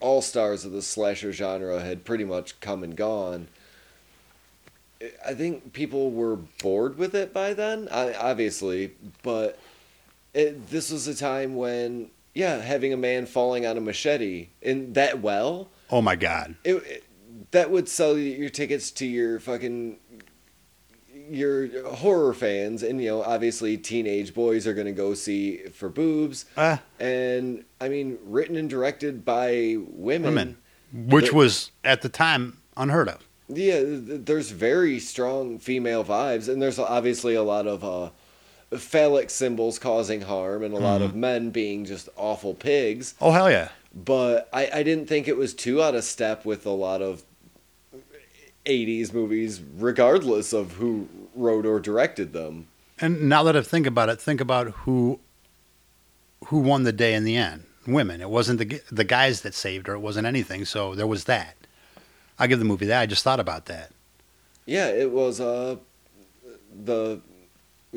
Speaker 3: all stars of the slasher genre had pretty much come and gone, I- I think people were bored with it by then, I, obviously. But it, this was a time when, yeah, having a man falling on a machete in that well,
Speaker 2: Oh my god,
Speaker 3: it, it- that would sell you your tickets to your fucking your horror fans and you know obviously teenage boys are going to go see for boobs
Speaker 2: Ah.
Speaker 3: and i mean written and directed by women,
Speaker 2: women, which
Speaker 3: The-
Speaker 2: was at the time unheard of.
Speaker 3: yeah th- th- there's very strong female vibes and there's obviously a lot of uh phallic symbols causing harm and a lot of men being just awful pigs
Speaker 2: Oh hell yeah,
Speaker 3: but I, I didn't think it was too out of step with a lot of 80s movies, regardless of who wrote or directed them.
Speaker 2: And now that I think about it, think about who who won the day in the end. Women. It wasn't the g- the guys that saved her. It wasn't anything. So there was that. I give the movie that. I just thought about that.
Speaker 3: Yeah, it was uh, the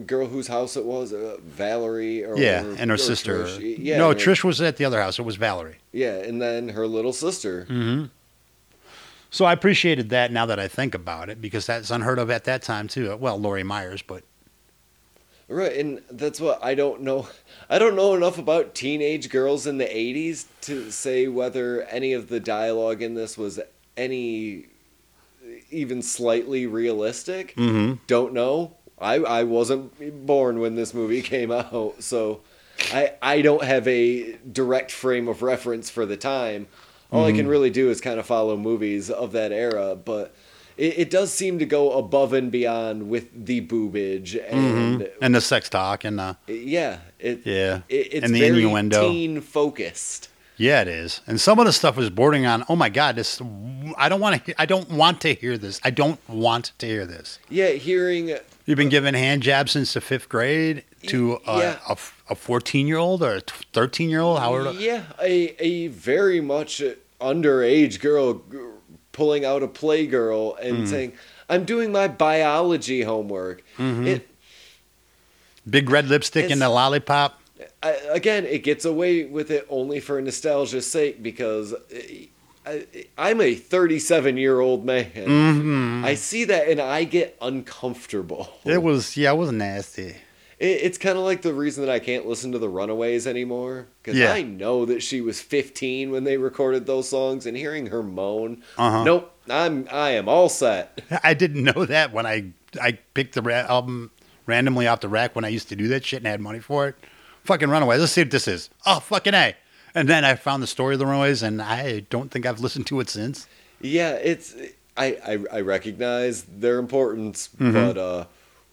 Speaker 3: girl whose house it was, uh, Valerie, or
Speaker 2: yeah,
Speaker 3: or-
Speaker 2: and her
Speaker 3: or
Speaker 2: sister.
Speaker 3: Trish. Yeah,
Speaker 2: no,
Speaker 3: and her-
Speaker 2: Trish was at the other house. It was Valerie.
Speaker 3: Yeah, and then her little sister.
Speaker 2: So I appreciated that now that I think about it because that's unheard of at that time too. Well, Lori Myers, but
Speaker 3: Right, and that's what I don't know. I don't know enough about teenage girls in the 80s to say whether any of the dialogue in this was any even slightly realistic.
Speaker 2: Mhm.
Speaker 3: Don't know. I, I wasn't born when this movie came out, so I I don't have a direct frame of reference for the time. All I can really do is kind of follow movies of that era, but it, it does seem to go above and beyond with the boobage and
Speaker 2: and the sex talk and uh, the
Speaker 3: yeah, it,
Speaker 2: Yeah,
Speaker 3: it, it's
Speaker 2: and the
Speaker 3: very
Speaker 2: innuendo.
Speaker 3: teen focused.
Speaker 2: Yeah, it is. And some of the stuff was bordering on, oh my god, this I don't want to I don't want to hear this. I don't want to hear this.
Speaker 3: Yeah, hearing
Speaker 2: You've been giving hand jabs since the 5th grade to uh,
Speaker 3: Yeah.
Speaker 2: a f- a 14-year-old or a 13-year-old, however
Speaker 3: yeah a a very much underage girl g- pulling out a playgirl and
Speaker 2: Hmm.
Speaker 3: saying, "I'm doing my biology homework."
Speaker 2: Mm-hmm.
Speaker 3: It,
Speaker 2: big red lipstick and a
Speaker 3: It's-
Speaker 2: lollipop.
Speaker 3: I, again, it gets away with it only for nostalgia's sake because I, I, I'm a 37 year old man.
Speaker 2: Mm-hmm.
Speaker 3: I see that and I get uncomfortable.
Speaker 2: It was yeah, it was nasty.
Speaker 3: It, it's kind of like the reason that I can't listen to the Runaways anymore because
Speaker 2: Yeah.
Speaker 3: I know that she was 15 when they recorded those songs, and hearing her moan,
Speaker 2: Uh-huh.
Speaker 3: nope, I'm I am all set.
Speaker 2: I didn't know that when I I picked the ra- album randomly off the rack when I used to do that shit and had money for it. Fucking Runaways. Let's see what this is. Oh, fucking A. And then I found the story of the Runaways and I don't think I've listened to it since.
Speaker 3: Yeah, it's I, I, I recognize their importance,
Speaker 2: Mm-hmm.
Speaker 3: but uh,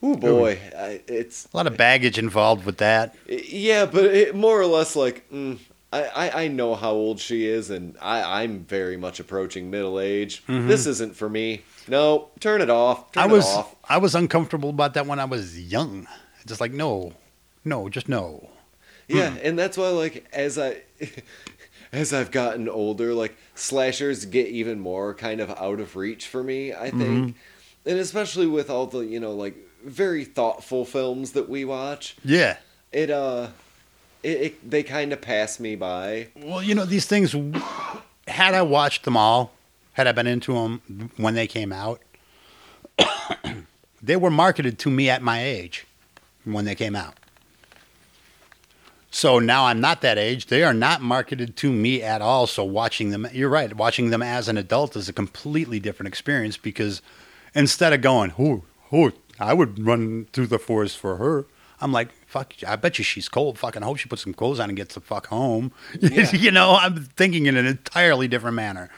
Speaker 3: oh boy, I, it's
Speaker 2: A lot of baggage involved with that.
Speaker 3: yeah, but it, more or less like mm, I, I I know how old she is, and I I'm very much approaching middle age. This isn't for me. No, turn it off. Turn
Speaker 2: Mm-hmm. I was
Speaker 3: it off.
Speaker 2: I was uncomfortable about that when I was young. Just like no, no, just no.
Speaker 3: Yeah, and that's why like as I as I've gotten older, like slashers get even more kind of out of reach for me, I think. And especially with all the, you know, like very thoughtful films that we watch,
Speaker 2: Yeah.
Speaker 3: it uh it, it they kind of pass me by.
Speaker 2: Well, you know these things. Had I watched them all, had I been into them when they came out, they were marketed to me at my age when they came out. So now I'm not that age. They are not marketed to me at all. So watching them, you're right. Watching them as an adult is a completely different experience because instead of going, who, who, I would run through the forest for her. I'm like, fuck, I bet you she's cold. Fucking hope she puts some clothes on and gets the fuck home. you know, I'm thinking in an entirely different manner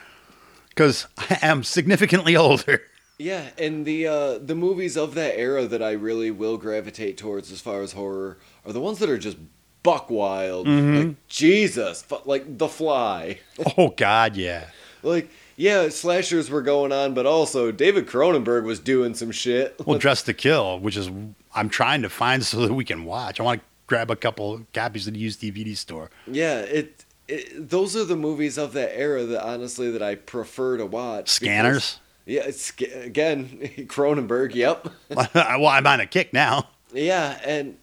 Speaker 2: because I am significantly older.
Speaker 3: Yeah, and the uh the movies of that era that I really will gravitate towards as far as horror are the ones that are just buck wild. Like Jesus, fu- like The Fly.
Speaker 2: Oh, God, yeah.
Speaker 3: Like, yeah, slashers were going on, but also David Cronenberg was doing some shit.
Speaker 2: Well, Dress to Kill, which is I'm trying to find so that we can watch. I want to grab a couple copies at the used DVD store.
Speaker 3: Yeah, it, it. Those are the movies of that era that honestly that I prefer to watch. because-
Speaker 2: Scanners.
Speaker 3: yeah, it's, again, Cronenberg. Yep.
Speaker 2: well, I'm on a kick now.
Speaker 3: Yeah, and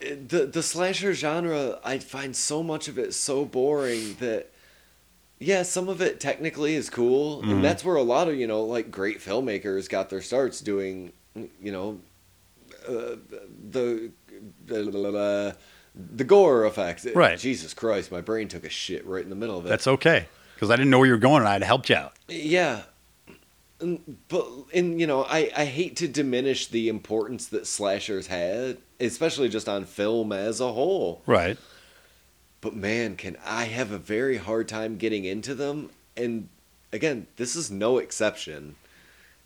Speaker 3: it- the the slasher genre, I find so much of it so boring that yeah, some of it technically is cool, and that's where a lot of you know like great filmmakers got their starts doing you know uh, the the the gore effects.
Speaker 2: Right.
Speaker 3: Jesus Christ, my brain took a shit right in the middle of it.
Speaker 2: That's okay because I didn't know where you were going and I'd helped you out.
Speaker 3: Yeah. And- But and you know, I, I hate to diminish the importance that slashers had, especially just on film as a whole.
Speaker 2: Right.
Speaker 3: But man, can I have a very hard time getting into them? And again, this is no exception.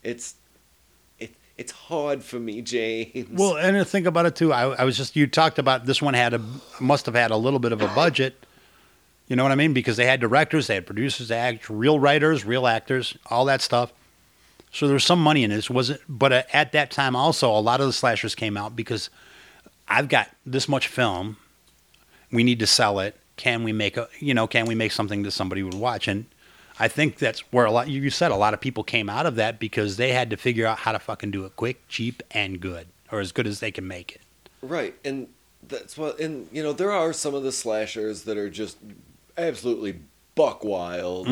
Speaker 3: It's it it's hard for me, James.
Speaker 2: Well, and to think about it too, I, I was just you talked about this one had a must have had a little bit of a budget. You know what I mean? Because they had directors, they had producers, they had real writers, real actors, all that stuff. So there's some money in this. Was it? But uh, at that time, also a lot of the slashers came out because I've got this much film. We need to sell it. Can we make a? You know, can we make something that somebody would watch? And I think that's where a lot. You you said a lot of people came out of that because they had to figure out how to fucking do it quick, cheap, and good, or as good as they can make it.
Speaker 3: Right, and that's what, and you know, there are some of the slashers that are just absolutely buck wild.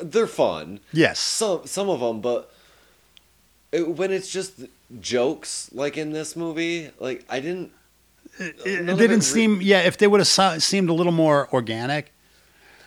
Speaker 3: They're fun.
Speaker 2: Yes.
Speaker 3: some some of them, but it, when it's just jokes, like in this movie, like I didn't.
Speaker 2: It,
Speaker 3: none of
Speaker 2: didn't
Speaker 3: it re-
Speaker 2: seem. Yeah, if they would have so- seemed a little more organic,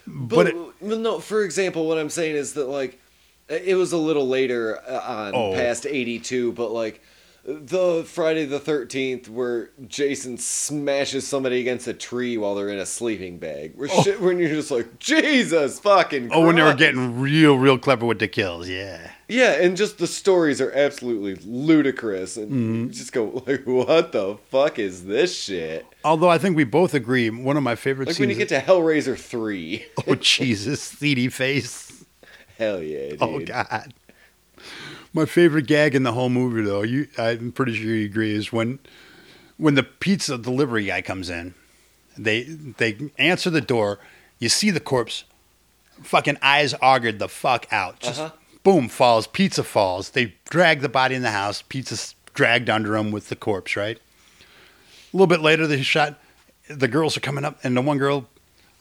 Speaker 2: but.
Speaker 3: But,
Speaker 2: it,
Speaker 3: well, no, for example, what I'm saying is that like it it was a little later uh, on,
Speaker 2: Oh.
Speaker 3: past '82, but like the Friday the Thirteenth, where Jason smashes somebody against a tree while they're in a sleeping bag, where shit, when you're just like Jesus fucking.
Speaker 2: oh, when they were
Speaker 3: Christ."
Speaker 2: getting real, real clever with the kills. Yeah.
Speaker 3: Yeah, and just the stories are absolutely ludicrous, and
Speaker 2: Mm-hmm.
Speaker 3: you just go like, "What the fuck is this shit?"
Speaker 2: Although I think we both agree, one of my favorite
Speaker 3: Like
Speaker 2: scenes.
Speaker 3: when you get to Hellraiser three.
Speaker 2: oh Jesus, seedy face.
Speaker 3: Hell yeah, dude.
Speaker 2: Oh God. My favorite gag in the whole movie, though, you, I'm pretty sure you agree, is when when the pizza delivery guy comes in. They they answer the door. You see the corpse. Fucking eyes augured the fuck out. Just
Speaker 3: Uh-huh.
Speaker 2: boom falls. Pizza falls. They drag the body in the house. Pizza's dragged under him with the corpse. Right. A little bit later, they shot. The girls are coming up, and the one girl,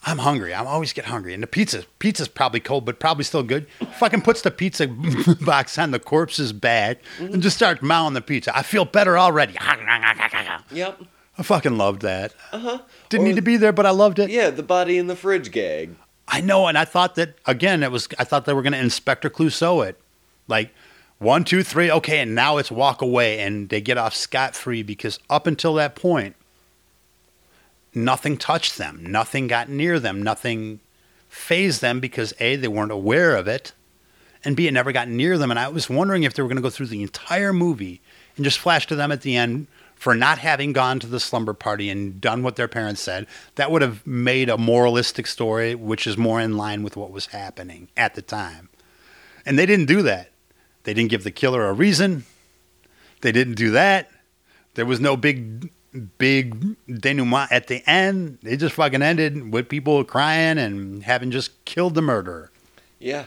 Speaker 2: I'm hungry. I always get hungry, and the pizza pizza's probably cold, but probably still good. Fucking puts the pizza box on the corpse's back and just starts mowing the pizza. I feel better already. I
Speaker 3: Yep.
Speaker 2: fucking loved that. Uh-huh. Didn't
Speaker 3: Or-
Speaker 2: need to be there, but I loved it.
Speaker 3: Yeah, the body in the fridge gag.
Speaker 2: I know, and I thought that again. It was I thought they were going to Inspector Clouseau it, like one, two, three, okay, and now it's walk away, and they get off scot free because up until that point, nothing touched them, nothing got near them, nothing phased them because a they weren't aware of it, and B, it never got near them. And I was wondering if they were going to go through the entire movie and just flash to them at the end for not having gone to the slumber party and done what their parents said. That would have made a moralistic story, which is more in line with what was happening at the time. And they didn't do that. They didn't give the killer a reason. They didn't do that. There was no big, big denouement at the end. It just fucking ended with people crying and having just killed the murderer.
Speaker 3: Yeah,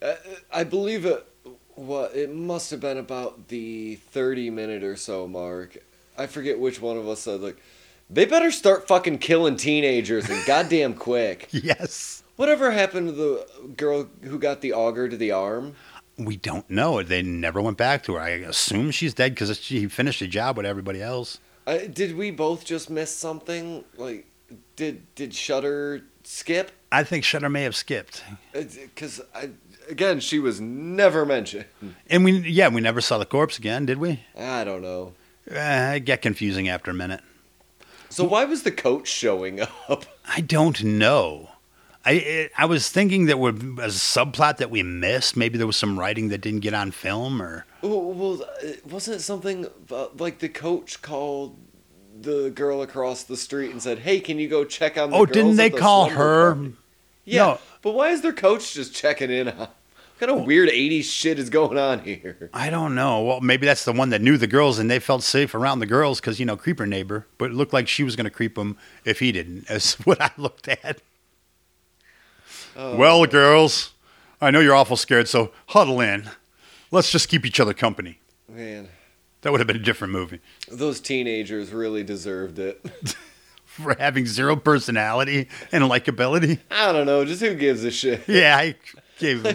Speaker 3: uh, I believe it. What it must have been about the thirty minute or so mark. I forget which one of us said like, they better start fucking killing teenagers and goddamn quick.
Speaker 2: Yes.
Speaker 3: Whatever happened to the girl who got the auger to the arm?
Speaker 2: We don't know. They never went back to her. I assume she's dead because she finished the job with everybody else.
Speaker 3: Uh, did we both just miss something? Like, did did Shutter skip?
Speaker 2: I think Shutter may have skipped.
Speaker 3: Because I again, she was never mentioned.
Speaker 2: And we, yeah, we never saw the corpse again, did we?
Speaker 3: I don't know.
Speaker 2: Uh, it got confusing after a minute.
Speaker 3: So why was the coach showing up?
Speaker 2: I don't know. I it, I was thinking that was a subplot that we missed. Maybe there was some writing that didn't get on film, or
Speaker 3: Well, well, uh, wasn't it something about, like the coach called the girl across the street and said, "Hey, can you go check on?" the
Speaker 2: oh,
Speaker 3: girls
Speaker 2: didn't
Speaker 3: at
Speaker 2: they
Speaker 3: the
Speaker 2: call
Speaker 3: slumber
Speaker 2: her?
Speaker 3: party?" Yeah,
Speaker 2: No.
Speaker 3: but why is their coach just checking in? on What kind
Speaker 2: Oh.
Speaker 3: of weird '80s shit is going on here?
Speaker 2: I don't know. Well, maybe that's the one that knew the girls and they felt safe around the girls because you know creeper neighbor. But it looked like she was going to creep him if he didn't. Is what I looked at. Well, girls, I know you're awful scared, so huddle in. Let's just keep each other company.
Speaker 3: Man,
Speaker 2: That would have been a different movie
Speaker 3: those teenagers really deserved it.
Speaker 2: for having zero personality and likability.
Speaker 3: I don't know, just who gives a shit?
Speaker 2: Yeah, I gave.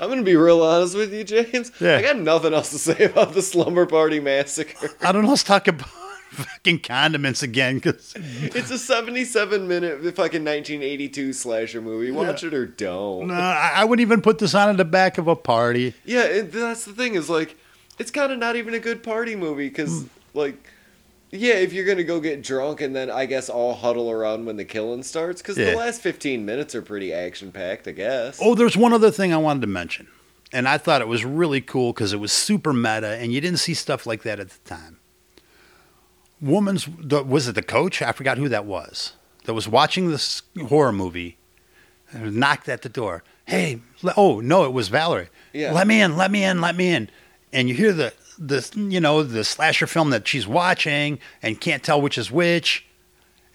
Speaker 3: I'm gonna be real honest with you, James.
Speaker 2: Yeah.
Speaker 3: I got nothing else to say about the slumber party massacre.
Speaker 2: I don't know. Let's talk about fucking condiments again because
Speaker 3: It's a 77 minute fucking 1982 slasher movie. Watch it or don't.
Speaker 2: no, I I wouldn't even put this on at the back of a party.
Speaker 3: Yeah, and that's the thing is like, it's kind of not even a good party movie
Speaker 2: Hmm.
Speaker 3: because like, yeah, if you're gonna go get drunk and then I guess all huddle around when the killing starts because
Speaker 2: Yeah.
Speaker 3: the last 15 minutes are pretty action packed, I guess.
Speaker 2: Oh, there's one other thing I wanted to mention, and I thought it was really cool because it was super meta, and you didn't see stuff like that at the time. Woman's the, was it the coach? I forgot who that was. That was watching this horror movie, and knocked at the door. Hey, le- oh no, it was Valerie.
Speaker 3: Yeah.
Speaker 2: Let me in, let me in, let me in. And you hear the the you know the slasher film that she's watching and can't tell which is which.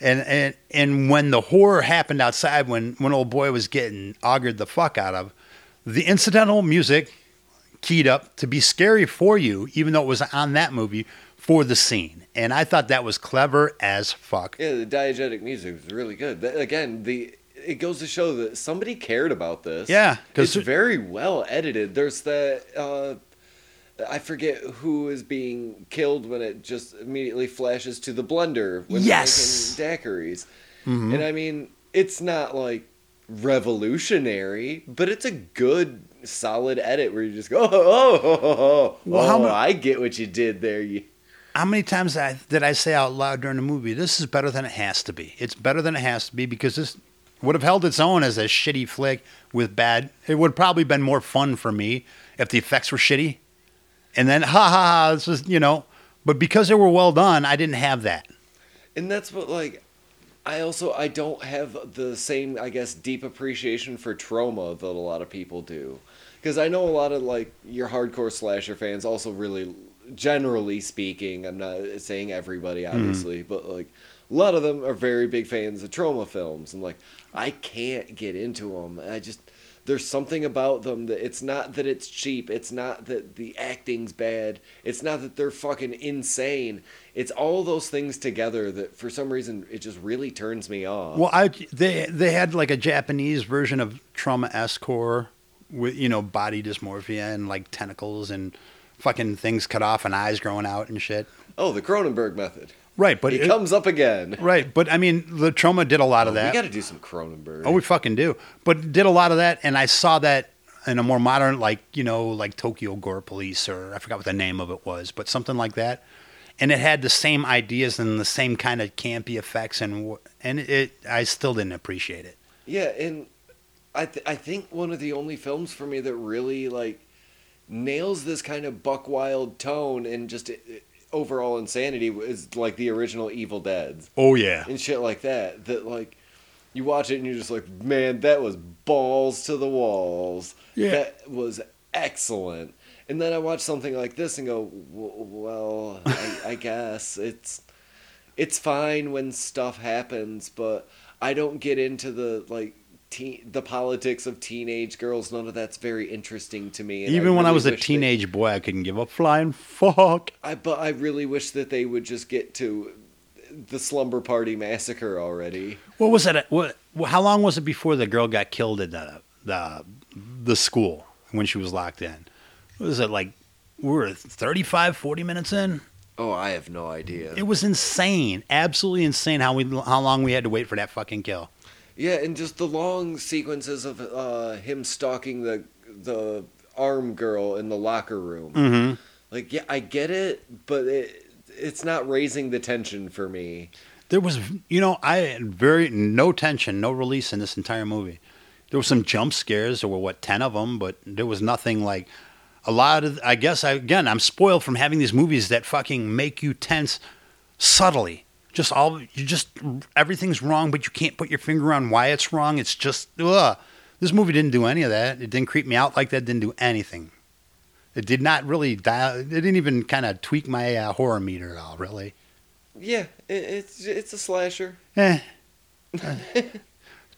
Speaker 2: And and and when the horror happened outside, when when old boy was getting augured the fuck out of, the incidental music keyed up to be scary for you, even though it was on that movie for the scene. And I thought that was clever as fuck.
Speaker 3: Yeah, the diegetic music was really good. That- again, the it goes to show that somebody cared about this.
Speaker 2: Yeah, 'cause
Speaker 3: it's
Speaker 2: there-
Speaker 3: very well edited. There's that uh, I forget who is being killed when it just immediately flashes to the blender when
Speaker 2: Yes. Mm-hmm.
Speaker 3: they're making daiquiris, and I mean it's not like revolutionary, but it's a good solid edit where you just go, oh, oh, oh, oh, oh,
Speaker 2: Well, how
Speaker 3: oh,
Speaker 2: mu-
Speaker 3: I get what you did there. You
Speaker 2: How many times I, did I say out loud during the movie, this is better than it has to be? It's better than it has to be because this would have held its own as a shitty flick with bad. It would have probably been more fun for me if the effects were shitty. And then, ha ha ha, this was, you know. But because they were well done, I didn't have that.
Speaker 3: and that's what like i also i don't have the same i guess deep appreciation for trauma that a lot of people do because i know a lot of like your hardcore slasher fans also really generally speaking i'm not saying everybody
Speaker 2: Mm-hmm.
Speaker 3: obviously but like a lot of them are very big fans of trauma films and like i can't get into them i just there's something about them that it's not that it's cheap it's not that the acting's bad it's not that they're fucking insane it's all those things together that for some reason it just really turns me off
Speaker 2: Well, I they they had like a Japanese version of trauma esque horror with you know body dysmorphia and like tentacles and fucking things cut off and eyes growing out and shit.
Speaker 3: oh the cronenberg method
Speaker 2: Right, but
Speaker 3: it,
Speaker 2: it-
Speaker 3: comes up again
Speaker 2: right, but I mean the trauma did a lot of
Speaker 3: Oh, we
Speaker 2: that.
Speaker 3: gotta do some cronenberg
Speaker 2: Oh, we fucking do. But did a lot of that, and I saw that in a more modern, like you know, like Tokyo Gore Police, or I forgot what the name of it was, but something like that. And it had the same ideas and the same kind of campy effects, and wh- and it I still didn't appreciate it.
Speaker 3: yeah and I th- I think one of the only films for me that really like nails this kind of buck wild tone and just i i- overall insanity is like the original Evil Dead's
Speaker 2: Oh yeah.
Speaker 3: and shit like that. That like you watch it and you're just like, man, that was balls to the walls.
Speaker 2: Yeah.
Speaker 3: that was excellent. And then I watch something like this and go, "W- well, I, I guess it's it's fine when stuff happens, but I don't get into the like. Teen, the politics of teenage girls, none of that's very interesting to me. and
Speaker 2: Even when I
Speaker 3: really
Speaker 2: was a
Speaker 3: wish they-
Speaker 2: teenage boy, I couldn't give a flying fuck.
Speaker 3: I but I really wish that they would just get to the slumber party massacre already.
Speaker 2: What was that? What? How long was it before the girl got killed at the the the school when she was locked in? What was it like? We were 35, 40 minutes in.
Speaker 3: Oh, I have no idea.
Speaker 2: It was insane, absolutely insane how we how long we had to wait for that fucking kill.
Speaker 3: Yeah, and just the long sequences of uh, him stalking the the arm girl in the locker room.
Speaker 2: Mm-hmm.
Speaker 3: Like, yeah, I get it, but it it's not raising the tension for me.
Speaker 2: There was, you know, I had very no tension, no release in this entire movie. There were some jump scares. There were what ten of them, but there was nothing like a lot of. I guess I, again, I'm spoiled from having these movies that fucking make you tense subtly. Just all you just everything's wrong, but you can't put your finger on why it's wrong. It's just ugh. This movie didn't do any of that. It didn't creep me out like that. It didn't do anything. It did not really dial. It didn't even kind of tweak my uh, horror meter at all. Really.
Speaker 3: Yeah, it, it's it's a slasher.
Speaker 2: Eh.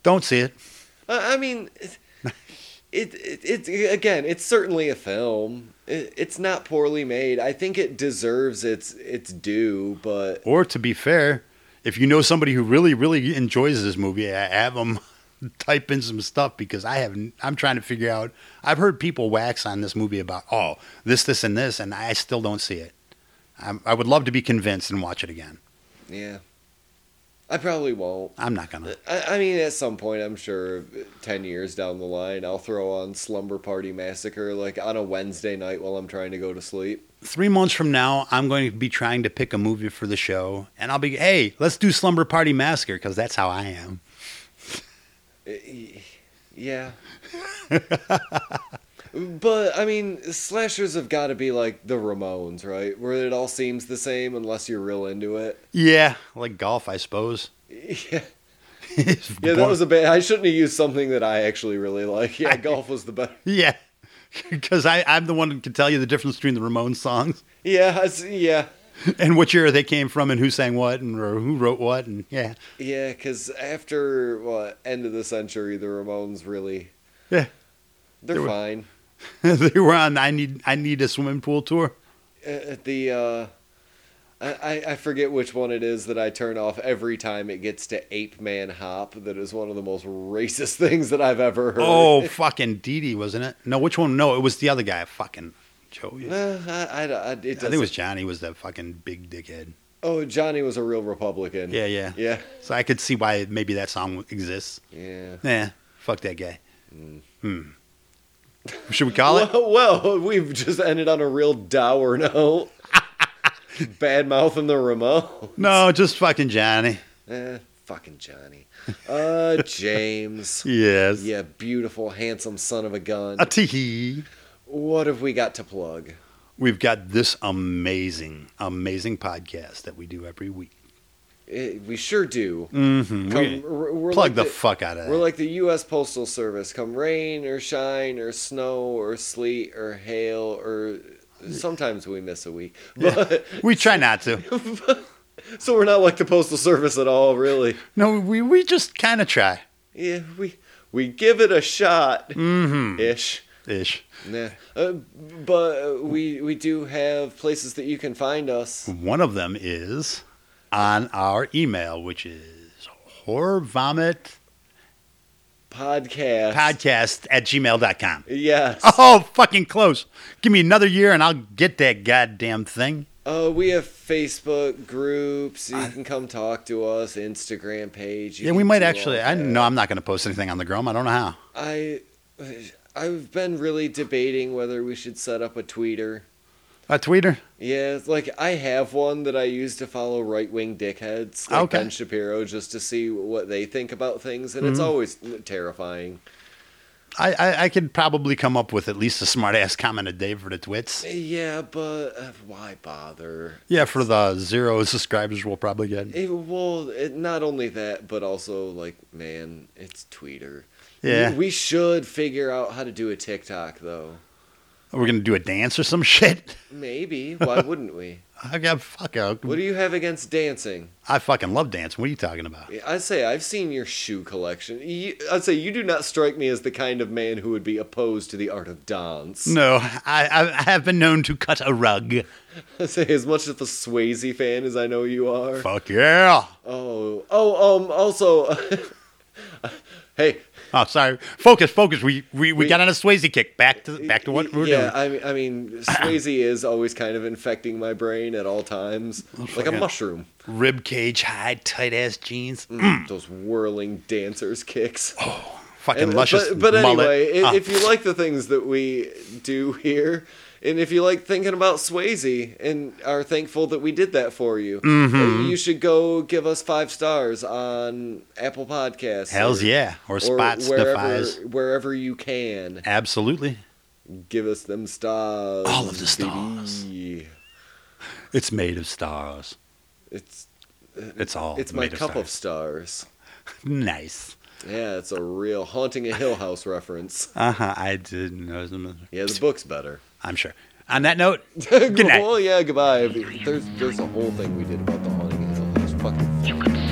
Speaker 2: Don't see it.
Speaker 3: I, I mean, it, it, it it again, it's certainly a film. It, it's not poorly made. I think it deserves its its due, but
Speaker 2: Or to be fair, if you know somebody who really, really enjoys this movie, I have them type in some stuff because I have I'm trying to figure out. I've heard people wax on this movie about oh this, this, and this, and I still don't see it. I'm, I would love to be convinced and watch it again.
Speaker 3: yeah, I probably won't.
Speaker 2: I'm not gonna.
Speaker 3: I, I mean, at some point, I'm sure, ten years down the line, I'll throw on Slumber Party Massacre like on a Wednesday night while I'm trying to go to sleep.
Speaker 2: Three months from now, I'm going to be trying to pick a movie for the show, and I'll be hey, let's do Slumber Party Massacre because that's how I am.
Speaker 3: Eh, Yeah. but I mean, slashers have got to be like the Ramones, right? Where it all seems the same unless you're real into it.
Speaker 2: Yeah, like golf, I suppose.
Speaker 3: Yeah. Yeah, that was a bad. I shouldn't have used something that I actually really like. Yeah, golf was the best.
Speaker 2: Yeah, because I'm the one who can tell you the difference between the Ramones songs
Speaker 3: Yeah, I s- yeah.
Speaker 2: and which era they came from and who sang what and or who wrote what and yeah,
Speaker 3: Yeah, because after what end of the century, the Ramones really
Speaker 2: yeah.
Speaker 3: they're
Speaker 2: They were-
Speaker 3: fine.
Speaker 2: they were on I need I need a swimming pool tour.
Speaker 3: Uh, the uh, I I- I forget which one it is that I turn off every time it gets to Ape Man Hop. That is one of the most racist things that I've ever heard.
Speaker 2: Oh, fucking Dee Dee, wasn't it? No, which one? No, it was the other guy. Fucking Joey.
Speaker 3: Nah, I, I, I- it
Speaker 2: I think it
Speaker 3: doesn't-
Speaker 2: was Johnny was that fucking big dickhead.
Speaker 3: Oh, Johnny was a real Republican.
Speaker 2: Yeah, yeah,
Speaker 3: yeah,
Speaker 2: So I could see why maybe that song exists.
Speaker 3: yeah.
Speaker 2: Nah, fuck that guy. Hmm. Should we call it?
Speaker 3: Well, well, we've just ended on a real dour note. Bad mouth in the remote.
Speaker 2: No, just fucking Johnny.
Speaker 3: Eh, fucking Johnny. Uh, James.
Speaker 2: Yes.
Speaker 3: yeah, beautiful, handsome son of a gun.
Speaker 2: A tee.
Speaker 3: What have we got to plug?
Speaker 2: We've got this amazing, amazing podcast that we do every week.
Speaker 3: Eh, we sure do.
Speaker 2: Mm-hmm.
Speaker 3: Come, we're, we're
Speaker 2: plug
Speaker 3: like
Speaker 2: the, fuck out of
Speaker 3: We're
Speaker 2: that.
Speaker 3: like the U.S. Postal Service. Come rain or shine or snow or sleet or hail or sometimes we miss a week. But
Speaker 2: we try not to.
Speaker 3: so we're not like the Postal Service at all, really.
Speaker 2: No, we, we just kind of try
Speaker 3: Yeah, we we give it a shot
Speaker 2: Mhm.
Speaker 3: ish.
Speaker 2: ish.
Speaker 3: Yeah, uh, but uh, we we do have places that you can find us.
Speaker 2: One of them is on our email, which is horror vomit
Speaker 3: Podcast.
Speaker 2: podcast at gmail.com.
Speaker 3: Yes.
Speaker 2: Oh, fucking close. Give me another year and I'll get that goddamn thing.
Speaker 3: Uh, we have Facebook groups. You can come talk to us. Instagram page. you
Speaker 2: Yeah, we
Speaker 3: can
Speaker 2: might
Speaker 3: do all
Speaker 2: actually. I
Speaker 3: that.
Speaker 2: No, I'm not going to post anything on the Grom. I don't know how.
Speaker 3: I I've been really debating whether we should set up a tweeter.
Speaker 2: A tweeter?
Speaker 3: Yeah, it's like I have one that I use to follow right wing dickheads like
Speaker 2: Okay. Mm-hmm.
Speaker 3: Ben Shapiro just to see what they think about things, and it's always terrifying.
Speaker 2: I, I, I could probably come up with at least a smart ass comment a day for the twits.
Speaker 3: Yeah, but uh, why bother?
Speaker 2: Yeah, for the zero subscribers we'll probably get.
Speaker 3: It, well, it, not only that, but also like, man, it's Twitter.
Speaker 2: Yeah.
Speaker 3: we, we should figure out how to do a TikTok though.
Speaker 2: We're going to do a dance or some shit.
Speaker 3: Maybe. Why wouldn't we?
Speaker 2: I got fuck out.
Speaker 3: What do you have against dancing?
Speaker 2: I fucking love dancing. What are you talking about?
Speaker 3: I say I've seen your shoe collection. You, I'd say you do not strike me as the kind of man who would be opposed to the art of dance.
Speaker 2: No, I, I have been known to cut a rug.
Speaker 3: I say as much of a Swayze fan as I know you are.
Speaker 2: Fuck yeah.
Speaker 3: Oh, oh, um, also, hey,
Speaker 2: Oh, sorry. Focus, focus. We we, we,
Speaker 3: We-
Speaker 2: got on a Swayze kick. Back to back to what we're
Speaker 3: yeah,
Speaker 2: doing.
Speaker 3: I mean, I mean, Swayze is always kind of infecting my brain at all times,
Speaker 2: Oh,
Speaker 3: like a
Speaker 2: fucking-
Speaker 3: mushroom.
Speaker 2: Rib cage, high, tight ass jeans.
Speaker 3: Mm. Those whirling dancers kicks.
Speaker 2: Fucking
Speaker 3: And- uh,
Speaker 2: luscious
Speaker 3: But, but
Speaker 2: mullet.
Speaker 3: anyway, i
Speaker 2: Ah,
Speaker 3: if you like the things that we do here, and if you like thinking about Swayze and are thankful that we did that for you,
Speaker 2: Mm-hmm.
Speaker 3: uh, you should go give us five stars on Apple Podcasts.
Speaker 2: Hell's yeah. Or, spots defies.
Speaker 3: wherever you can.
Speaker 2: Absolutely.
Speaker 3: Give us them stars.
Speaker 2: All of the stars.
Speaker 3: baby.
Speaker 2: It's made of stars.
Speaker 3: It's
Speaker 2: It's all.
Speaker 3: it's my
Speaker 2: made
Speaker 3: cup of
Speaker 2: stars.
Speaker 3: stars.
Speaker 2: Nice.
Speaker 3: Yeah, it's a real haunting a Hill House reference.
Speaker 2: Uh huh. I didn't know.
Speaker 3: Yeah, the book's better.
Speaker 2: I'm sure. On that note, good night.
Speaker 3: well, yeah, goodbye. There's there's a whole thing we did about the haunting of Hill House. Fucking
Speaker 1: You could